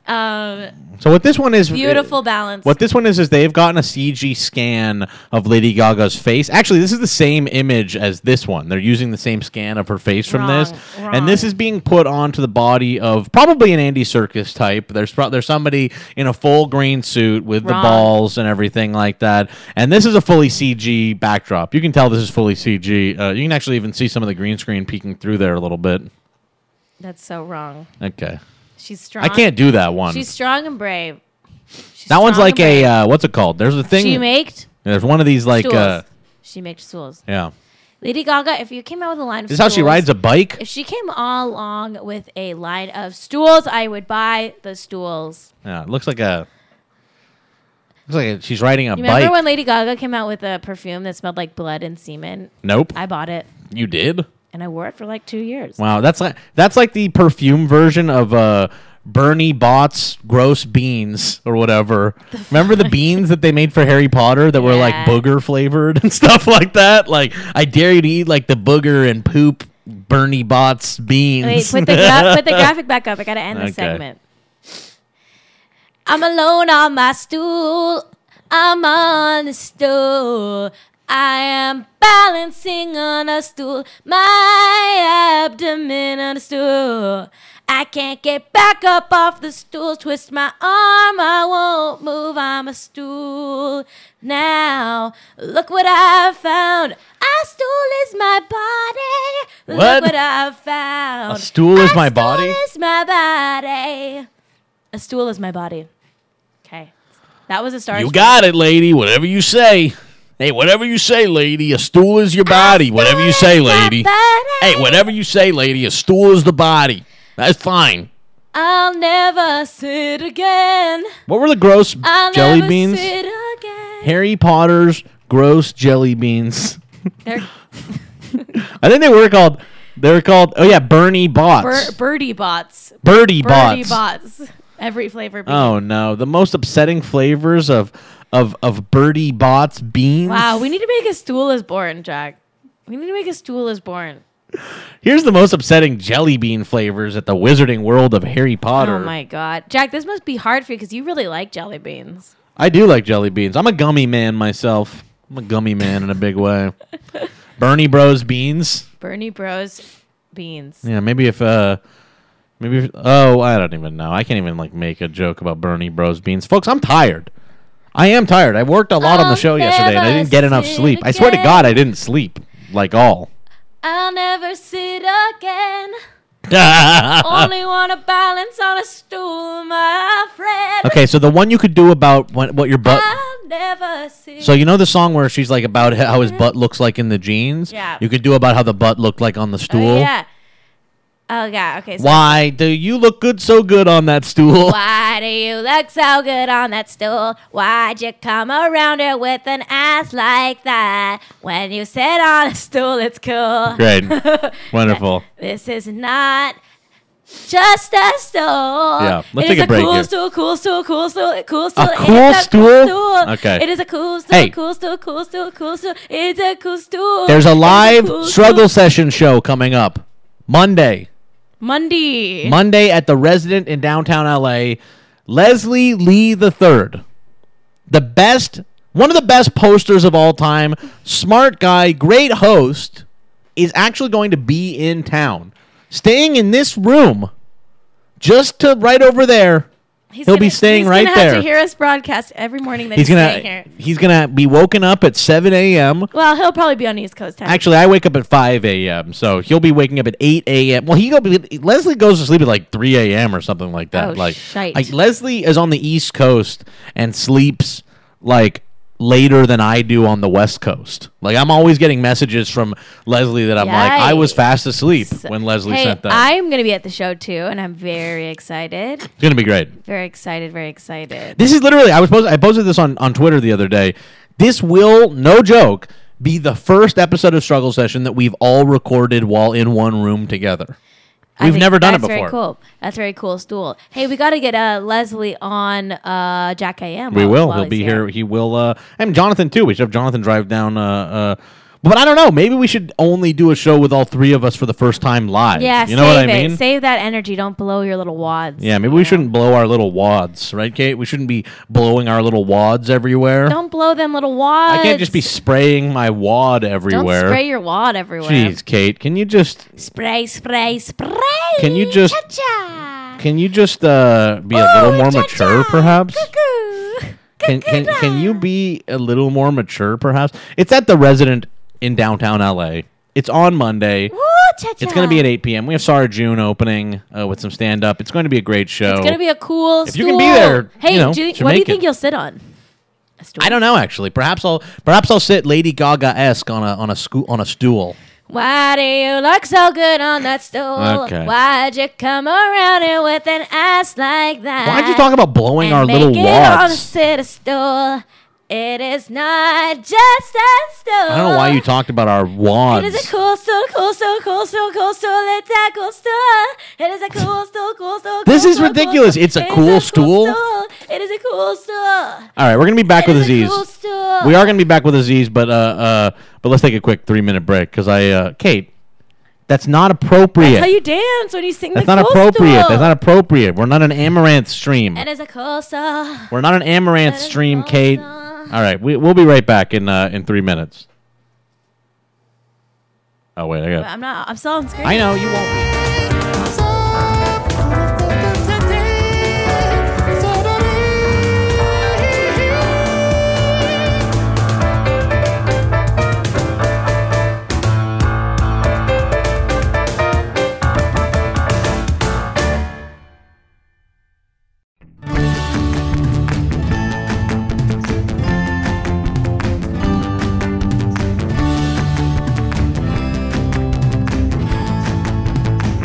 um, so what this one is beautiful balance. What this one is is they've gotten a CG scan of Lady Gaga's face. Actually, this is the same image as this one. They're using the same scan of her face from Wrong, this, and this wrong. is being put onto the body of probably an Andy Circus type. There's pro- there's somebody in a full green suit with the Wrong. balls and everything like that. And this is a fully CG backdrop. You can tell this is fully CG. Uh, you can actually even see some of the green screen peeking through there a little bit. That's so wrong. Okay, She's strong. I can't do that one. She's strong and brave. She's that one's strong like and a brave. uh, what's it called? There's a thing. she maked there's one of these like. stools. Uh, she makes stools. yeah. Lady Gaga, if you came out with a line of This is how she stools- rides a bike. If she came all along with a line of stools, I would buy the stools. Yeah, it looks like a. Looks like a, she's riding a You remember bike. when Lady Gaga came out with a perfume that smelled like blood and semen? nope, I bought it you did. and I wore it for like two years. Wow, that's like that's like the perfume version of uh, Bernie Bott's gross beans or whatever. Remember the beans that they made for Harry Potter that were like Yeah. booger flavored and stuff like that. Like I dare you to eat like the booger and poop Bernie Bott's beans. Wait, put the gra- put the graphic back up. I gotta end the Okay. segment. I'm alone on my stool. I'm on the stool. I am balancing on a stool. My abdomen on a stool. I can't get back up off the stool. Twist my arm. I won't move. I'm a stool now. Look what I found. A stool is my body. What? Look what I found. a stool is A my stool body. is my body. A stool is my body. Okay. That was a star. You Spangled- got it, lady. Whatever you say. Hey, whatever you say, lady. A stool is your body. Whatever you say, Stool is my lady. body. Hey, whatever you say, lady. A stool is the body. That's fine. I'll never sit again. What were the gross I'll jelly never beans? sit again. Harry Potter's gross jelly beans. They're I think they were called. They were called. Oh yeah, Bernie Bots. bir- birdie bots. Birdie Birdie Bots. bots. Every flavor. bean. Oh no, the most upsetting flavors of of of Birdie Bots beans. Wow. We need to make a stool is born, Jack. We need to make a stool is born. Here's the most upsetting jelly bean flavors at the Wizarding World of Harry Potter. Oh my God, Jack, this must be hard for you because you really like jelly beans. I do like jelly beans. I'm a gummy man myself. I'm a gummy man in a big way. Bernie Bros beans. Bernie Bros. Beans. Yeah, maybe if uh maybe if, oh, I don't even know. I can't even like make a joke about Bernie Bros beans. Folks, I'm tired. I am tired. I worked a lot on the I'll show yesterday and I never didn't get enough sleep sleep. I swear to again. god I didn't sleep like all. I'll never sit again. okay, Only wanna balance on a stool, my friend. so the one you could do about what, what your butt I'll never sit. uh, So you know the song where she's like about how his butt looks like in the jeans? Yeah. You could do about how the butt looked like on the stool. Oh, yeah. Oh yeah. Okay. So Why do you look good so good on that stool? why do you look so good on that stool? Why'd you come around it with an ass like that? When you sit on a stool, it's cool. Great. Wonderful. This is not just a stool. Yeah, let's take a break cool here. stool, cool stool, cool stool, cool stool. It is cool stool? Okay. Okay. It is a cool stool, Hey. cool stool, cool stool, cool stool. It's a cool stool. There's a It is live cool struggle session show coming up Monday. stool. Monday. Monday at the resident in downtown LA, Leslie Lee III. The best, one of the best posters of all time, smart guy, great host, is actually going to be in town. Staying in this room just to right over there. He's He'll be gonna- staying he's right gonna there. Have to hear us broadcast every morning that He's he's, gonna staying here. he's gonna be woken up at seven AM. Well, he'll probably be on East Coast time. Actually, I wake up at 5 a.m., so he'll be waking up at 8 a.m. Well, he go Leslie goes to sleep at like 3 a.m. or something like that. Oh, like, shite. like, Leslie is on the East Coast and sleeps like later than I do on the West Coast. Like I'm always getting messages from Leslie that I'm like I was Yikes. fast asleep when Leslie hey, sent that. I'm gonna be at the show too, and I'm very excited. it's gonna be great. Very excited. Very excited. This is literally I was post- I posted this on on Twitter the other day. This will no joke be the first episode of Struggle Session that we've all recorded while in one room together. I We've think never done it that's before. Very cool. That's very cool. Stool. Hey, we got to get uh, Leslie on uh, Jack AM. We while- will. while He'll he's be here. He will. Uh, and Jonathan too. We should have Jonathan drive down. Uh, uh, but I don't know. Maybe we should only do a show with all three of us for the first time live. Yeah, you know what I save it. mean. Save that energy. Don't blow your little wads. yeah, maybe we shouldn't blow our little wads, right, Kate? We shouldn't be blowing our little wads everywhere. Don't blow them little wads. I can't just be spraying my wad Don't everywhere. spray your wad everywhere. Jeez, Kate, can you just Spray, spray, spray. Can you just- Cha-cha. can you just uh, be a little more mature, perhaps? Cuckoo. Can, can can you be a little more mature, perhaps? It's at the Resident in downtown LA. It's on Monday. Ooh, cha-cha. It's going to be at 8 p.m. We have Sarah June opening uh, with some stand up. It's going to be a great show. It's gonna be a cool. you can stool. be there, Hey, you know, do you think, what do you Jamaican. think you'll sit on? A stool. I don't know actually. Perhaps I'll perhaps I'll sit Lady Gaga esque on a on a sco- on a stool. Why do you look so good on that stool? Okay. Why'd you come around here with an ass like that? Why'd you talk about blowing Uh, and our little make it on a wads? city stool? It is not just a stool. I don't know why you talked about our It wads. is a cool stool, cool stool, cool stool, cool stool. It's a cool stool. It is a cool stool, cool stool. This cool is stool, ridiculous. Cool It's a stool. cool it is stool? It is a cool stool. All right, we're going to be back with It is a Aziz. cool stool. We are going to be back with Aziz, but uh, uh, but let's take a quick three minute break because I uh, Kate, that's not appropriate. That's how you dance when you sing That's the not cool appropriate. Stool. That's not appropriate. We're not an amaranth stream. It is a cool stool. We're not an amaranth That is stream, awesome. Kate. All right, we, we'll be right back in uh, in three minutes. Oh wait, I got. I'm not. I'm still on screen. I know you won't. Thank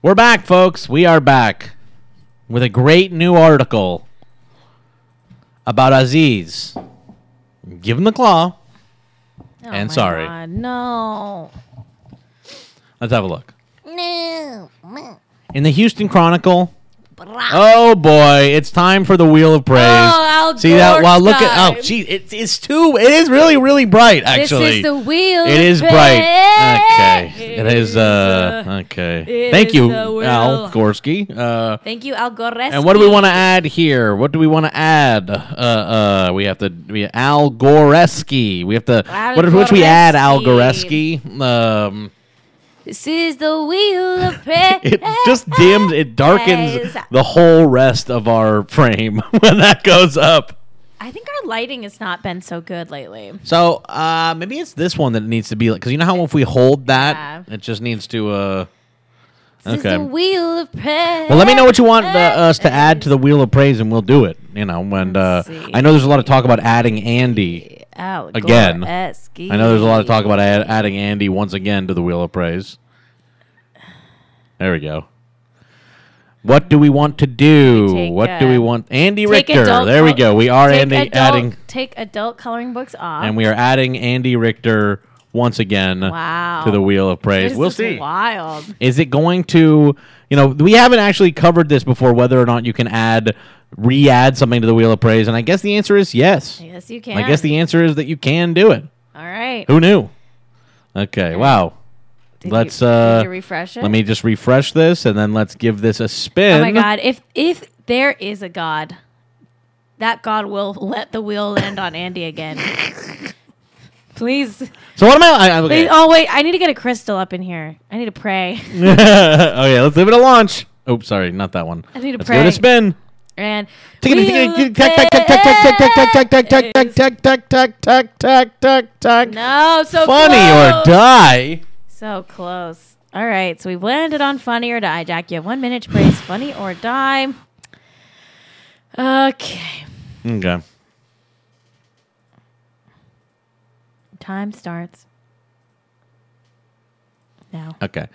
We're back, folks. We are back with a great new article about Aziz. Give him the claw. Oh And my sorry. God, no. Let's have a look. No. mm, In the Houston Chronicle. brah. Oh boy, it's time for the wheel of praise. Oh, Al See that? Gore's Wow, look at time. oh, gee, it, it's too. It is really, really bright. Actually, this is the wheel. It of is bright. praise. Okay. It is. Uh, okay. it Thank is you, the will. Al Gorski. Uh, Thank you, Al Goreski. and what do we want to add here? What do we want to add? Uh, uh, we have to. We Al Goreski. We have to. Al what if which we add Al Goreski. Goreski? Um, This is the wheel of praise. it just dims. It darkens the whole rest of our frame when that goes up. I think our lighting has not been so good lately. So uh, maybe it's this one that needs to be like because you know how if we hold that, Yeah. it just needs to. Uh, This Okay. is the wheel of praise. well, let me know what you want uh, us to add to the wheel of praise, and we'll do it. You know, and uh, Let's see. I know there's a lot of talk about adding Andy. Al Again. Goreski. I know there's a lot of talk about add, adding Andy once again to the wheel of praise. There we go. What do we want to do? Take, what do we uh, want? Andy Take Richter. adult There we col- go. We are take Andy adult- adding, Take adult coloring books off. and we are adding Andy Richter once again Wow. to the wheel of praise. This we'll is see. Wild. Is it going to, you know, we haven't actually covered this before, whether or not you can add, re add something to the Wheel of Praise. And I guess the answer is yes. I guess you can. I guess the answer is that you can do it. All right. Who knew? Okay, wow. Did let's, you, uh, did you refresh it. Let me just refresh this and then let's give this a spin. Oh my God! If if there is a God, that God will let the wheel land on Andy again. Please. So, what am I? I okay. Please- Oh wait, I need to get a crystal up in here. I need to pray. okay, let's give it a launch. Oops, sorry, not that one. I need to Let's give it pray. a spin. And Wheel of Praise. Funny No, so or close. die. So close. All right, so we've landed on funny or die, Jack. You have one minute to praise funny or die. Okay, Okay. time starts now. Okay.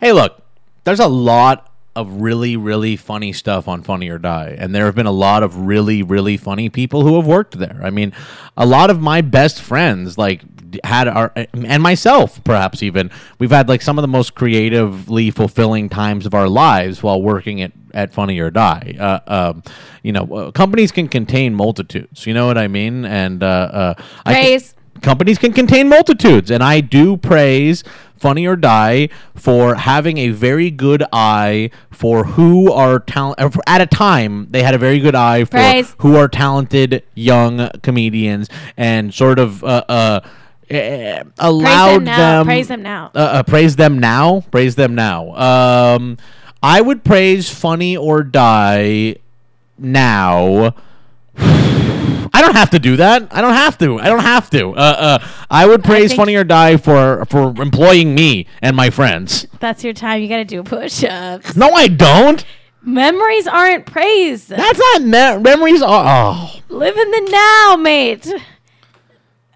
Hey, look, there's a lot of really, really funny stuff on Funny or Die, and there have been a lot of really, really funny people who have worked there. I mean, a lot of my best friends, like, d- had our, eh, and myself, perhaps even, we've had, like, some of the most creatively fulfilling times of our lives while working at, at Funny or Die. Uh, um, you know, uh, companies can contain multitudes. You know what I mean? And, uh, uh, I can- Praise. companies can contain multitudes and i do praise funny or die for having a very good eye for who are talent uh, at a time they had a very good eye for Praise. who are talented young comedians and sort of uh, uh, eh, allowed now. them Praise them now. uh, uh, praise them now praise them now um, i would praise funny or die now I don't have to do that. I don't have to. I don't have to. Uh, uh, I would praise think- Funny or Die for for employing me and my friends. That's your time. You got to do push-ups. No, I don't. Memories aren't praise. That's not me- memories. Are- oh, Live in the now, mate.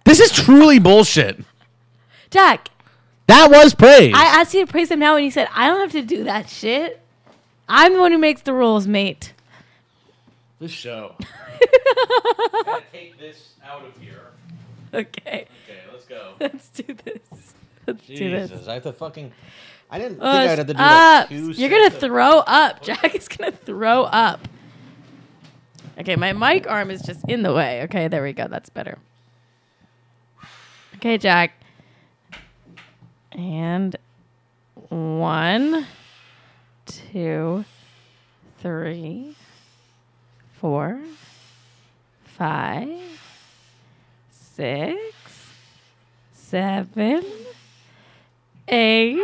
this is truly bullshit. Jack, That was praise. I asked you to praise him now, and you said I don't have to do that shit. I'm the one who makes the rules, mate. this show. take this out of here. Okay, Okay, let's go. let's do this. Let's do this. I have to fucking. I didn't Oh, up. You're gonna throw up. Jack is gonna throw up. Okay, my mic arm is just in the way. Okay, there we go. That's better. Okay, Jack. And one, two, three, four, five, six, seven, eight,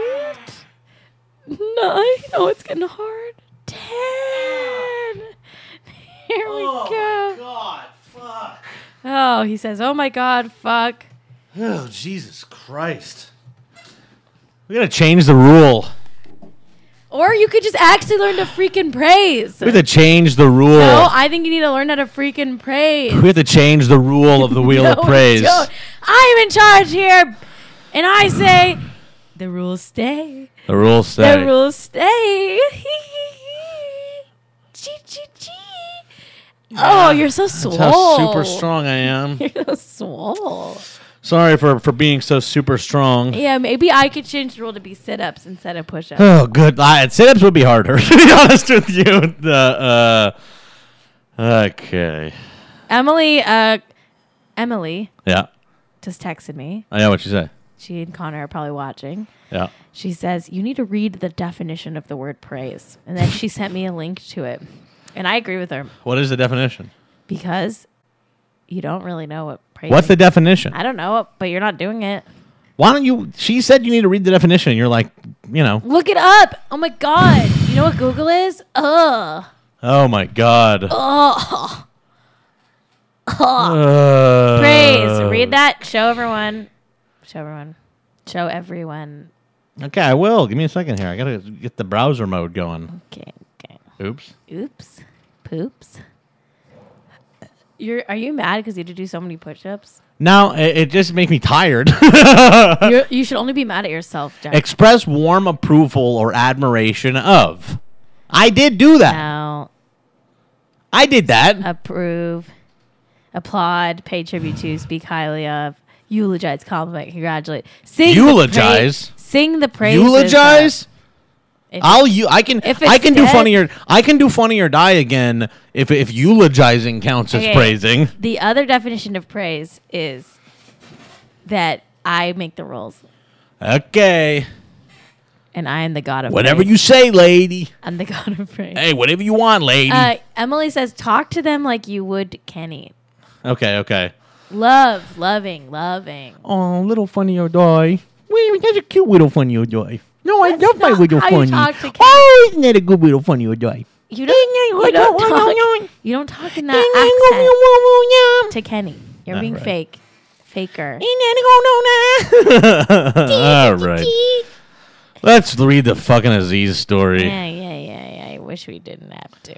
nine. Oh, it's getting hard. Ten. Here we go. God, fuck. Oh, he says, "Oh my God, fuck." Oh, Jesus Christ. We gotta change the rule. Or you could just actually learn to freaking praise. We have to change the rule. No, I think you need to learn how to freaking praise. we have to change the rule of the wheel No, of praise. don't. I'm in charge here, and I say The rules stay. The rules say. The rules stay. Chee, chee, chee. Oh, you're so swole. That's Oh. how super strong I am. You're so swole. Sorry for, for being so super strong. Yeah, maybe I could change the rule to be sit ups instead of push ups. Oh, good. I, sit-ups would be harder, to be honest with you. The, uh, okay. Emily, uh, Emily Yeah, just texted me. I know what you say. She and Connor are probably watching. Yeah. She says, You need to read the definition of the word praise. And then she sent me a link to it. And I agree with her What is the definition? because you don't really know what praise What's the definition? I don't know it, but you're not doing it. Why don't you? She said you need to read the definition. And you're like, you know, Look it up. Oh my God. you know what Google is? Ugh. oh my god. Ugh. Uh, Praise. Read that. Show everyone. Show everyone. Show everyone. Okay, I will. Give me a second here. I gotta get the browser mode going. Okay. Okay. Oops. Oops. Poops. You're, are you mad because you had to do so many push ups? Now it, it just makes me tired. You're- you should only be mad at yourself, Jack. Express warm approval or admiration of. I did do that. now, I did that. approve, applaud, pay tribute to, speak highly of, eulogize, compliment, congratulate, sing, the Eulogize? pra- sing the praise, eulogize. If- I'll you. I can. if I it's can do dead- funnier. I can do funnier die again if if eulogizing counts as Okay. praising. The other definition of praise is that I make the rules Okay. and I am the god of Whatever praise. you say, lady. I'm the god of praise. Hey, whatever you want, lady. Uh, Emily says, talk to them like you would Kenny. okay. Okay. Love, loving, loving. Oh, little funny or die. Well, that's a cute little funny or die. No, I That's love my not little how you funny. talk to kids. Oh, isn't that a good little funny or die? You don't, you don't talk, you don't talk in that accent. to Kenny. You're being right. fake. Faker. All right. Let's read the fucking Aziz story. Yeah, yeah, yeah, yeah. I wish we didn't have to.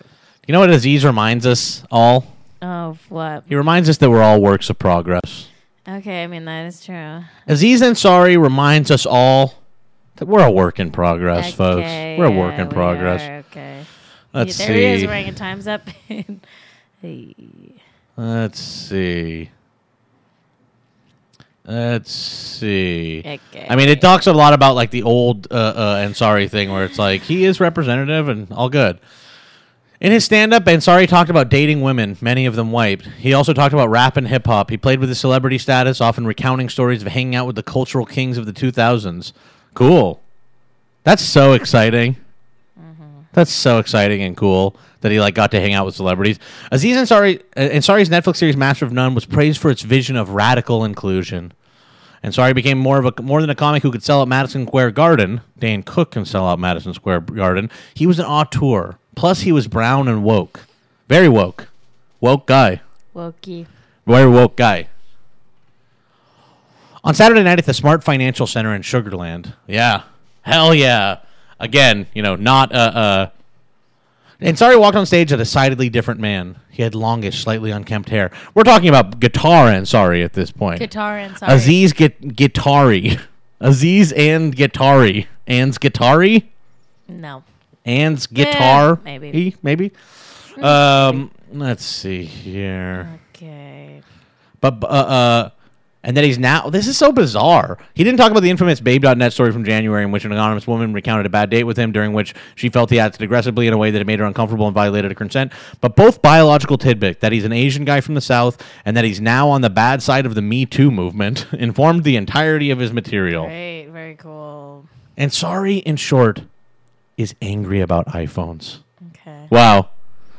You know what Aziz reminds us all? Oh, what? He reminds us that we're all works of progress. Okay, I mean, that is true. Aziz Ansari reminds us all that we're a work in progress, folks. Okay, We're a work yeah, in we progress. are, okay. Let's Yeah, there he see. is, ringing time's up. Hey. Let's see. Let's see. Okay. I mean, it talks a lot about like the old uh, uh, Ansari thing, where it's like he is representative and all good. In his stand-up, Ansari talked about dating women, many of them white. He also talked about rap and hip hop. He played with his celebrity status, often recounting stories of hanging out with the cultural kings of the 2000s. Cool. That's so exciting. That's so exciting and cool that he like got to hang out with celebrities. Aziz Ansari, uh, Ansari's Netflix series Master of None was praised for its vision of radical inclusion. Ansari became more of a more than a comic who could sell out Madison Square Garden. Dan Cook can sell out Madison Square Garden. He was an auteur. Plus, he was brown and woke, very woke, woke guy. Wokey. Very woke guy. On Saturday night at the Smart Financial Center in Sugarland. Yeah. Hell yeah. Again, you know, not uh uh and sorry walked on stage a decidedly different man. He had longish, slightly unkempt hair. We're talking about guitar and sorry at this point. Guitar and sorry. Aziz get Guitari. Aziz and Guitari. And's Guitari? No. And's guitar? maybe. He, maybe. Um, let's see here. Okay. But uh, uh, and then he's now. This is so bizarre. He didn't talk about the infamous Babe.net story from January, in which an anonymous woman recounted a bad date with him, during which she felt he acted aggressively in a way that it made her uncomfortable and violated her consent. But both biological tidbit that he's an Asian guy from the South and that he's now on the bad side of the Me Too movement informed the entirety of his material. Great. Very cool. And sorry, in short, is angry about iPhones. Okay. Wow.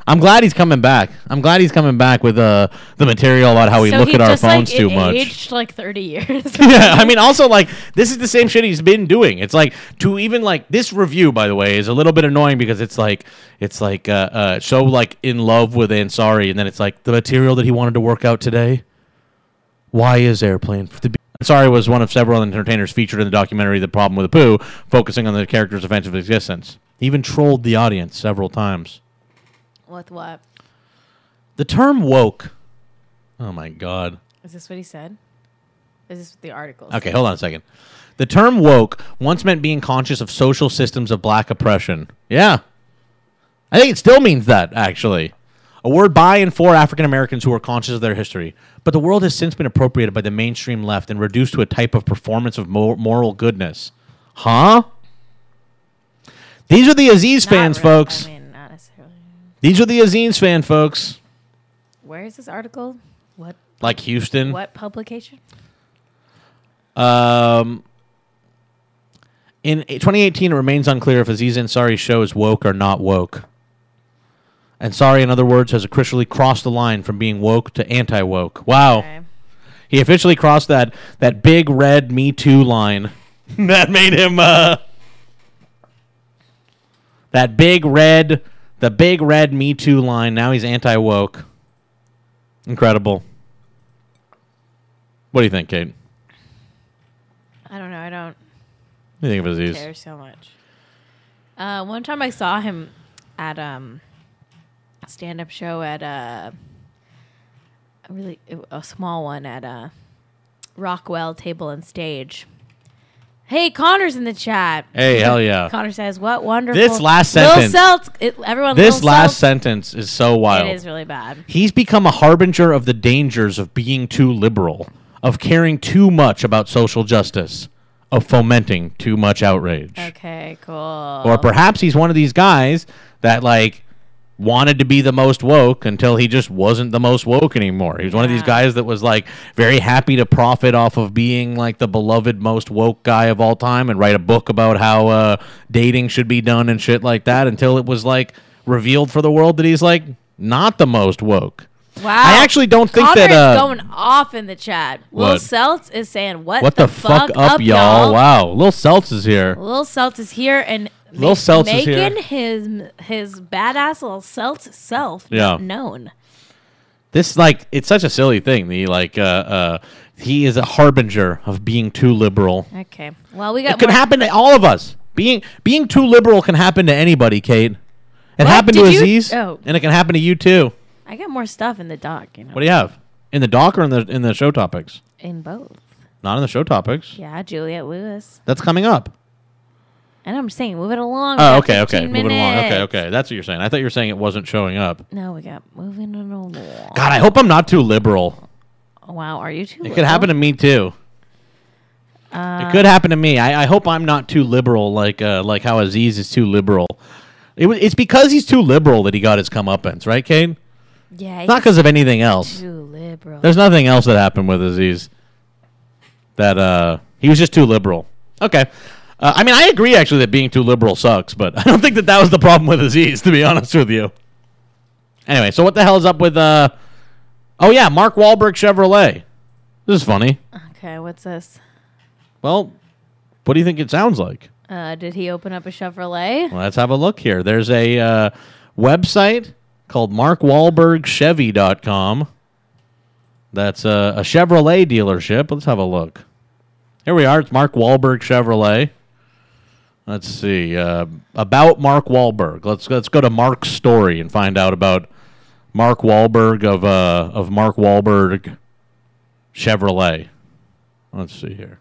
I'm glad he's coming back. I'm glad he's coming back with uh, the material about how we so look he at our just, like, phones too it much. aged like 30 years. yeah, I mean, also like this is the same shit he's been doing. It's like to even like this review, by the way, is a little bit annoying because it's like it's like uh, uh so like in love with Ansari, and then it's like the material that he wanted to work out today. Why is airplane? The Ansari was one of several entertainers featured in the documentary "The Problem with the Pooh," focusing on the character's offensive existence. He even trolled the audience several times. With what? The term "woke." Oh my god. Is this what he said? This is the article. Okay, hold on a second. The term woke once meant being conscious of social systems of black oppression. Yeah. I think it still means that, actually. A word by and for African Americans who are conscious of their history. But the world has since been appropriated by the mainstream left and reduced to a type of performance of mor- moral goodness. Huh? These are the Aziz Not fans, really- folks. I mean, not necessarily. These are the Aziz fan, folks. Where is this article? What Like Houston. what publication? Um, in 2018, it remains unclear if Aziz Ansari's show is woke or not woke. Ansari, in other words, has crucially crossed the line from being woke to anti woke. Wow. Okay. He officially crossed that, that big red Me Too line. that made him. Uh, that big red. The big red Me Too line. Now he's anti woke. Incredible. What do you think, Kate? What I don't know. I don't do you think of Aziz? care so much. Uh, one time I saw him at um, a stand-up show at uh, a really a small one at uh, Rockwell Table and Stage. Hey, Connor's in the chat. Hey, hell yeah. Connor says, "What wonderful." This last sentence- Lil Celts, it, everyone. This Lil last Celts- sentence is so wild. It is really bad. He's become a harbinger of the dangers of being too liberal, of caring too much about social justice, of fomenting too much outrage. Okay, cool. Or perhaps he's one of these guys that like wanted to be the most woke until he just wasn't the most woke anymore. He was one of these Yeah. guys that was like very happy to profit off of being like the beloved most woke guy of all time and write a book about how uh, dating should be done and shit like that until it was like revealed for the world that he's like not the most woke. Wow. I actually don't think Connor that uh, is going off in the chat. Lil What? Celts is saying, "What, what the, fuck, up, y'all? Wow, Lil Seltz is here. Lil Celts is here and Lil ma- Celts is here. making his his badass Lil Celts self Yeah. known. This like it's such a silly thing. The like uh, uh, he is a harbinger of being too liberal. Okay. Well, we It got could more- happen to all of us. Being being too liberal can happen to anybody, Kate. It happened to Did you- Aziz, Oh. and it can happen to you too. I got more stuff in the doc, you know. What do you have in the doc or in the in the show topics? in both. Not in the show topics. Yeah, Juliet Lewis. That's coming up. And I'm saying move it along. We Oh, got okay, okay, 15 moving along. Okay, minutes. okay, that's what you're saying. I thought you were saying it wasn't showing up. No, we got moving it along. God, I hope I'm not too liberal. Wow, are you too? It could happen to me too. it could happen to me. I, I hope I'm not too liberal, like uh, like how Aziz is too liberal. It, wa- it's because he's too liberal that he got his comeuppance, right, Kane? Yeah, Not because of anything else. too liberal. There's nothing else that happened with Aziz. That uh, he was just too liberal. Okay. Uh, I mean, I agree actually that being too liberal sucks, but I don't think that that was the problem with Aziz, to be honest with you. Anyway, so what the hell is up with? Uh, oh yeah, Mark Wahlberg Chevrolet. This is funny. Okay, what's this? Well, what do you think it sounds like? Uh, did he open up a Chevrolet? Well, let's have a look here. There's a uh, website called markwahlbergchevy.com. That's a, a Chevrolet dealership. Let's have a look. Here we are. It's Mark Wahlberg Chevrolet. Let's see uh, about Mark Wahlberg. Let's let's go to Mark's story and find out about Mark Wahlberg of uh, of Mark Wahlberg Chevrolet. Let's see here.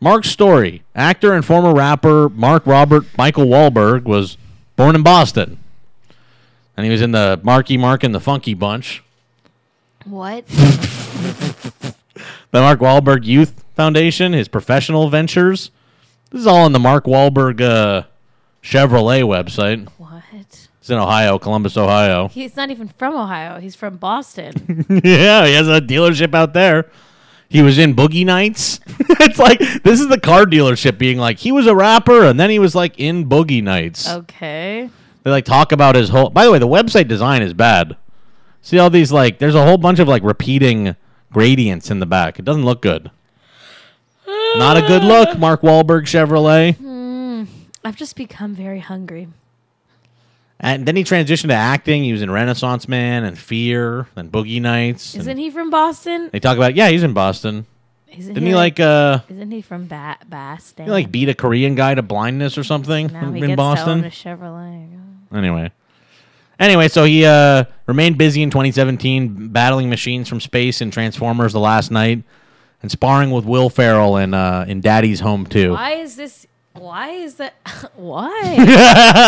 Mark's story. Actor and former rapper Mark Robert Michael Wahlberg was born in Boston. And he was in the Marky Mark and the Funky Bunch, What? the Mark Wahlberg Youth Foundation, his professional ventures. This is all on the Mark Wahlberg uh, Chevrolet website. what? It's in Ohio, Columbus, Ohio. He's not even from Ohio. He's from Boston. yeah, he has a dealership out there. He was in Boogie Nights. it's like this is the car dealership being like he was a rapper and then he was like in Boogie Nights. Oh, okay. They like talk about his whole. By the way, the website design is bad. See all these like. There's a whole bunch of like repeating gradients in the back. It doesn't look good. Not a good look, Mark Wahlberg Chevrolet. I've just become very hungry. And then he transitioned to acting. He was in Renaissance Man and Fear and Boogie Nights. and Isn't he from Boston? they talk about yeah, he's in Boston. Isn't Didn't he like uh Isn't he from ba- Boston? he like beat a Korean guy to blindness or something now in he gets Boston? to own a Chevrolet. Anyway. Anyway, so he uh, remained busy in 2017, battling machines from space in Transformers The Last Night, and sparring with Will Ferrell in uh, in Daddy's Home too. Why is this? Why is that? Why? he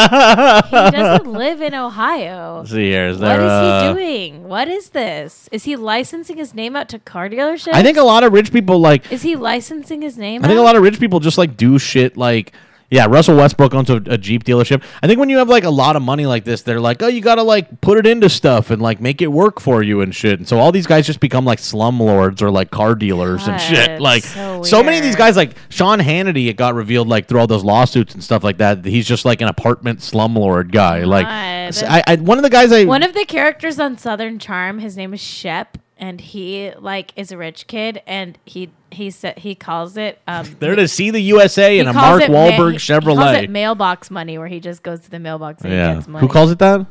doesn't live in Ohio. see here, is What there, is uh, he doing? What is this? Is he licensing his name out to car dealerships? I think a lot of rich people like. Is he licensing his name? I think a lot of rich people just like do shit like. Yeah, Russell Westbrook owns a, a Jeep dealership. I think when you have like a lot of money like this, they're like, oh, you gotta like put it into stuff and like make it work for you and shit. And so all these guys just become like slumlords or like car dealers and God, shit. it's Like so, so many of these weird. guys, like Sean Hannity, it got revealed like through all those lawsuits and stuff like that. that He's just like an apartment slumlord guy. Like God. I, I, one of the guys I One of the characters on Southern Charm, his name is Shep, and he like is a rich kid, and he he said he calls it um. there to see the USA he and a calls Mark it ma- Wahlberg he- He calls Chevrolet. it mailbox money, where he just goes to the mailbox and yeah, gets money. who calls it that?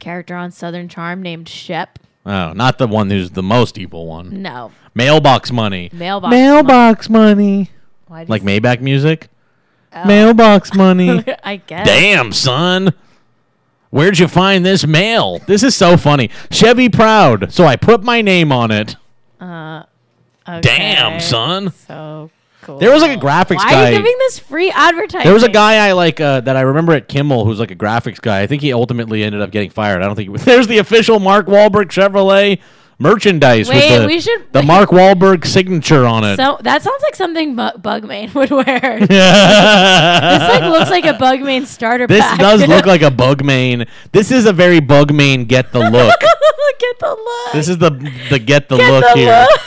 character on Southern Charm named Shep? Oh, not the one who's the most evil one. No, Mailbox money. Mailbox Mailbox money. why? did Like you say- Maybach music. Oh. Mailbox money. I guess. Damn, son. Where'd you find this mail? This is so funny. Chevy Proud. So I put my name on it. Damn, Okay. son. So cool. There was like a graphics Why guy. are you giving this free advertising? There was a guy I like uh, that I remember at Kimmel who's like a graphics guy. I think he ultimately ended up getting fired. I don't think he was. There's the official Mark Wahlberg Chevrolet merchandise with Wait, the, we should- the Mark Wahlberg signature on it. So that sounds like something Bu- Bugman would wear. this this like looks like a Bugman starter pack. does look like a bug main. This is a very bug main get the look. look at the look. this is the the get the Get look the here. look.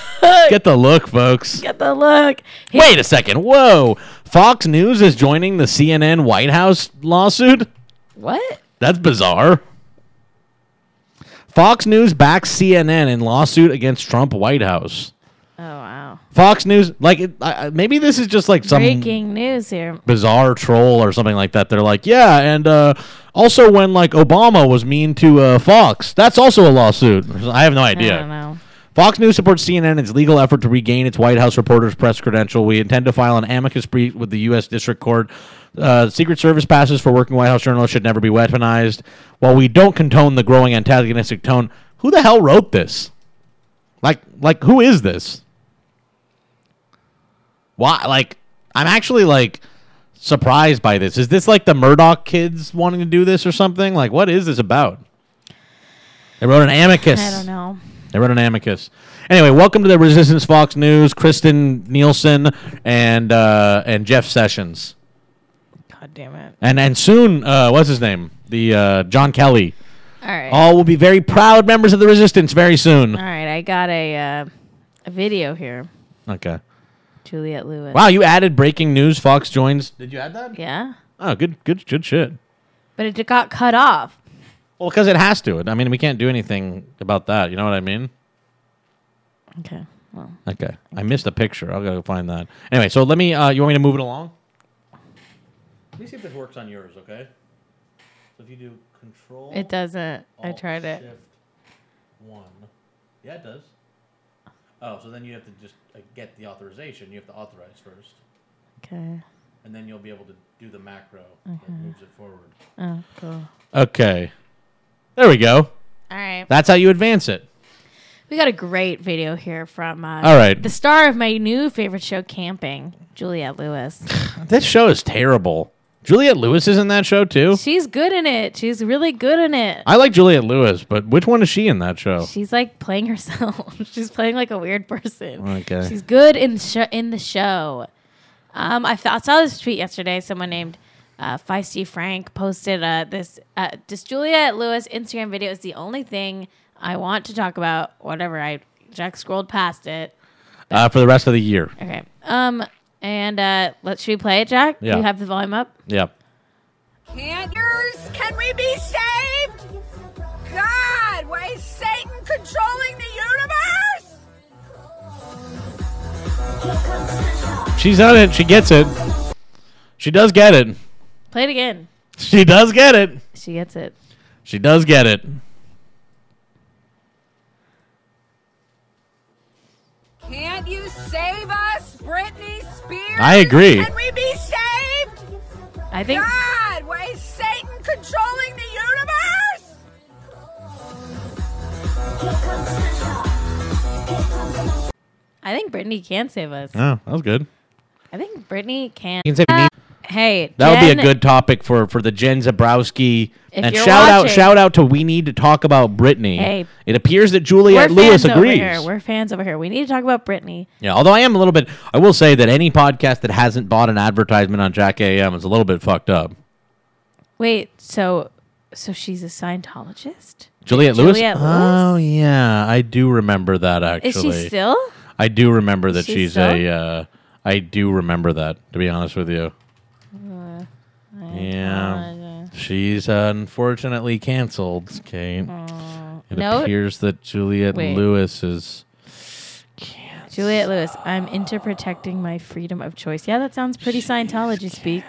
Get the look, folks. Get the look. He- Wait a second. Whoa. Fox News is joining the CNN White House lawsuit? What? That's bizarre. Fox News backs CNN in lawsuit against Trump White House. Oh wow. Fox News, like, it, I, I- maybe this is just like some Breaking news here. bizarre troll or something like that. They're like, yeah, and uh, also when like Obama was mean to uh, Fox, that's also a lawsuit. I have no idea. I don't know. Fox News supports CNN in its legal effort to regain its White House reporter's press credential. We intend to file an amicus brief with the U.S. District Court. Uh, Secret Service passes for working White House journalists should never be weaponized. While we don't condone the growing antagonistic tone, who the hell wrote this? Like, like who is this? Why? Like, I'm actually like surprised by this. Is this like the Murdoch kids wanting to do this or something? Like, what is this about? They wrote an amicus. I don't know. They wrote an amicus. Anyway, welcome to the Resistance Fox News, Kristen Nielsen and uh, and Jeff Sessions, God damn it. and and soon uh, what's his name? The uh, John Kelly. All right. All will be very proud members of the Resistance very soon. All right. I got a uh, a video here. Okay. Juliet Lewis. Wow, you added breaking news. Fox joins. Did you add that? Yeah. Oh, good, good, good shit. But it got cut off. Well, because it has to. I mean, we can't do anything about that. You know what I mean? Okay. Well, Okay. I missed a picture. I'll go find that. Anyway, so let me. Uh, you want me to move it along? Let me see if this works on yours. Okay. So if you do control, it doesn't. Oh, I tried it. One. Yeah, it does. Oh, so then you have to just get the authorization. You have to authorize first, Okay. and then you'll be able to do the macro that moves it forward. Oh, cool. Okay. There we go. All right. That's how you advance it. We got a great video here from uh, All right. the star of my new favorite show, Camping, Juliette Lewis. That show is terrible. Juliette Lewis is in that show too. She's good in it. She's really good in it. I like Juliette Lewis, but which one is she in that show? She's like playing herself. She's playing like a weird person. Okay. She's good in sh- in the show. Um, I, fa- I saw this tweet yesterday. Someone named uh, Feisty Frank posted uh, this. Uh, this Juliette Lewis Instagram video is the only thing I want to talk about. Whatever. I Jack scrolled past it. uh, for the rest of the year. Okay. Um. And uh, let should we play it, Jack? Yeah. You have the volume up. Yeah. Campers, can we be saved? God, why is Satan controlling the universe? She's on it. She gets it. She does get it. Play it again. She does get it. She gets it. She does get it. Can't you save us, Britney Spears? I agree. Can we be saved? I think God, why is Satan controlling the universe? I think Brittany can save us. Oh, that was good. I think Brittany can. You can say we need- Hey, that would be Uh, Jen, a good topic for for the Jen Zabrowski. If and you're shout out watching- shout out to we need to talk about Brittany. Hey. it appears that Juliet we're Lewis fans agrees. Over here. We're fans over here. We need to talk about Brittany. Yeah, although I am a little bit, I will say that any podcast that hasn't bought an advertisement on Jack AM is a little bit fucked up. Wait, so so she's a Scientologist? Juliet, Juliet Lewis? Oh yeah, I do remember that actually. Is she still? I do remember that She's she's, a. still? Uh, I do remember that. To be honest with you. Uh, yeah, she's unfortunately canceled. Kate. it no. appears that Juliet Wait. Lewis is. Juliet Lewis, I'm into protecting my freedom of choice. Yeah, that sounds pretty Scientology speak.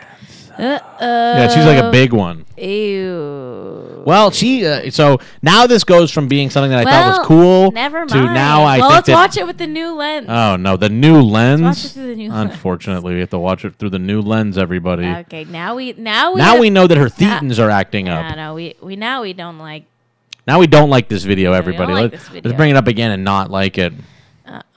Uh oh. Yeah, she's like a big one. Ew. Well, she. Uh, so now this goes from being something that I thought was cool Never mind. to now I well, think let's that- watch it with the new lens. Oh no, the new lens. watch it through the new lens. Uh, Unfortunately, we have to watch it through the new lens. Everybody. okay, now we now we now we know that her thetans are acting No, up. no, we we now we don't like. Now we don't like this video, everybody. like Let- this video. Let's bring it up again and not like it.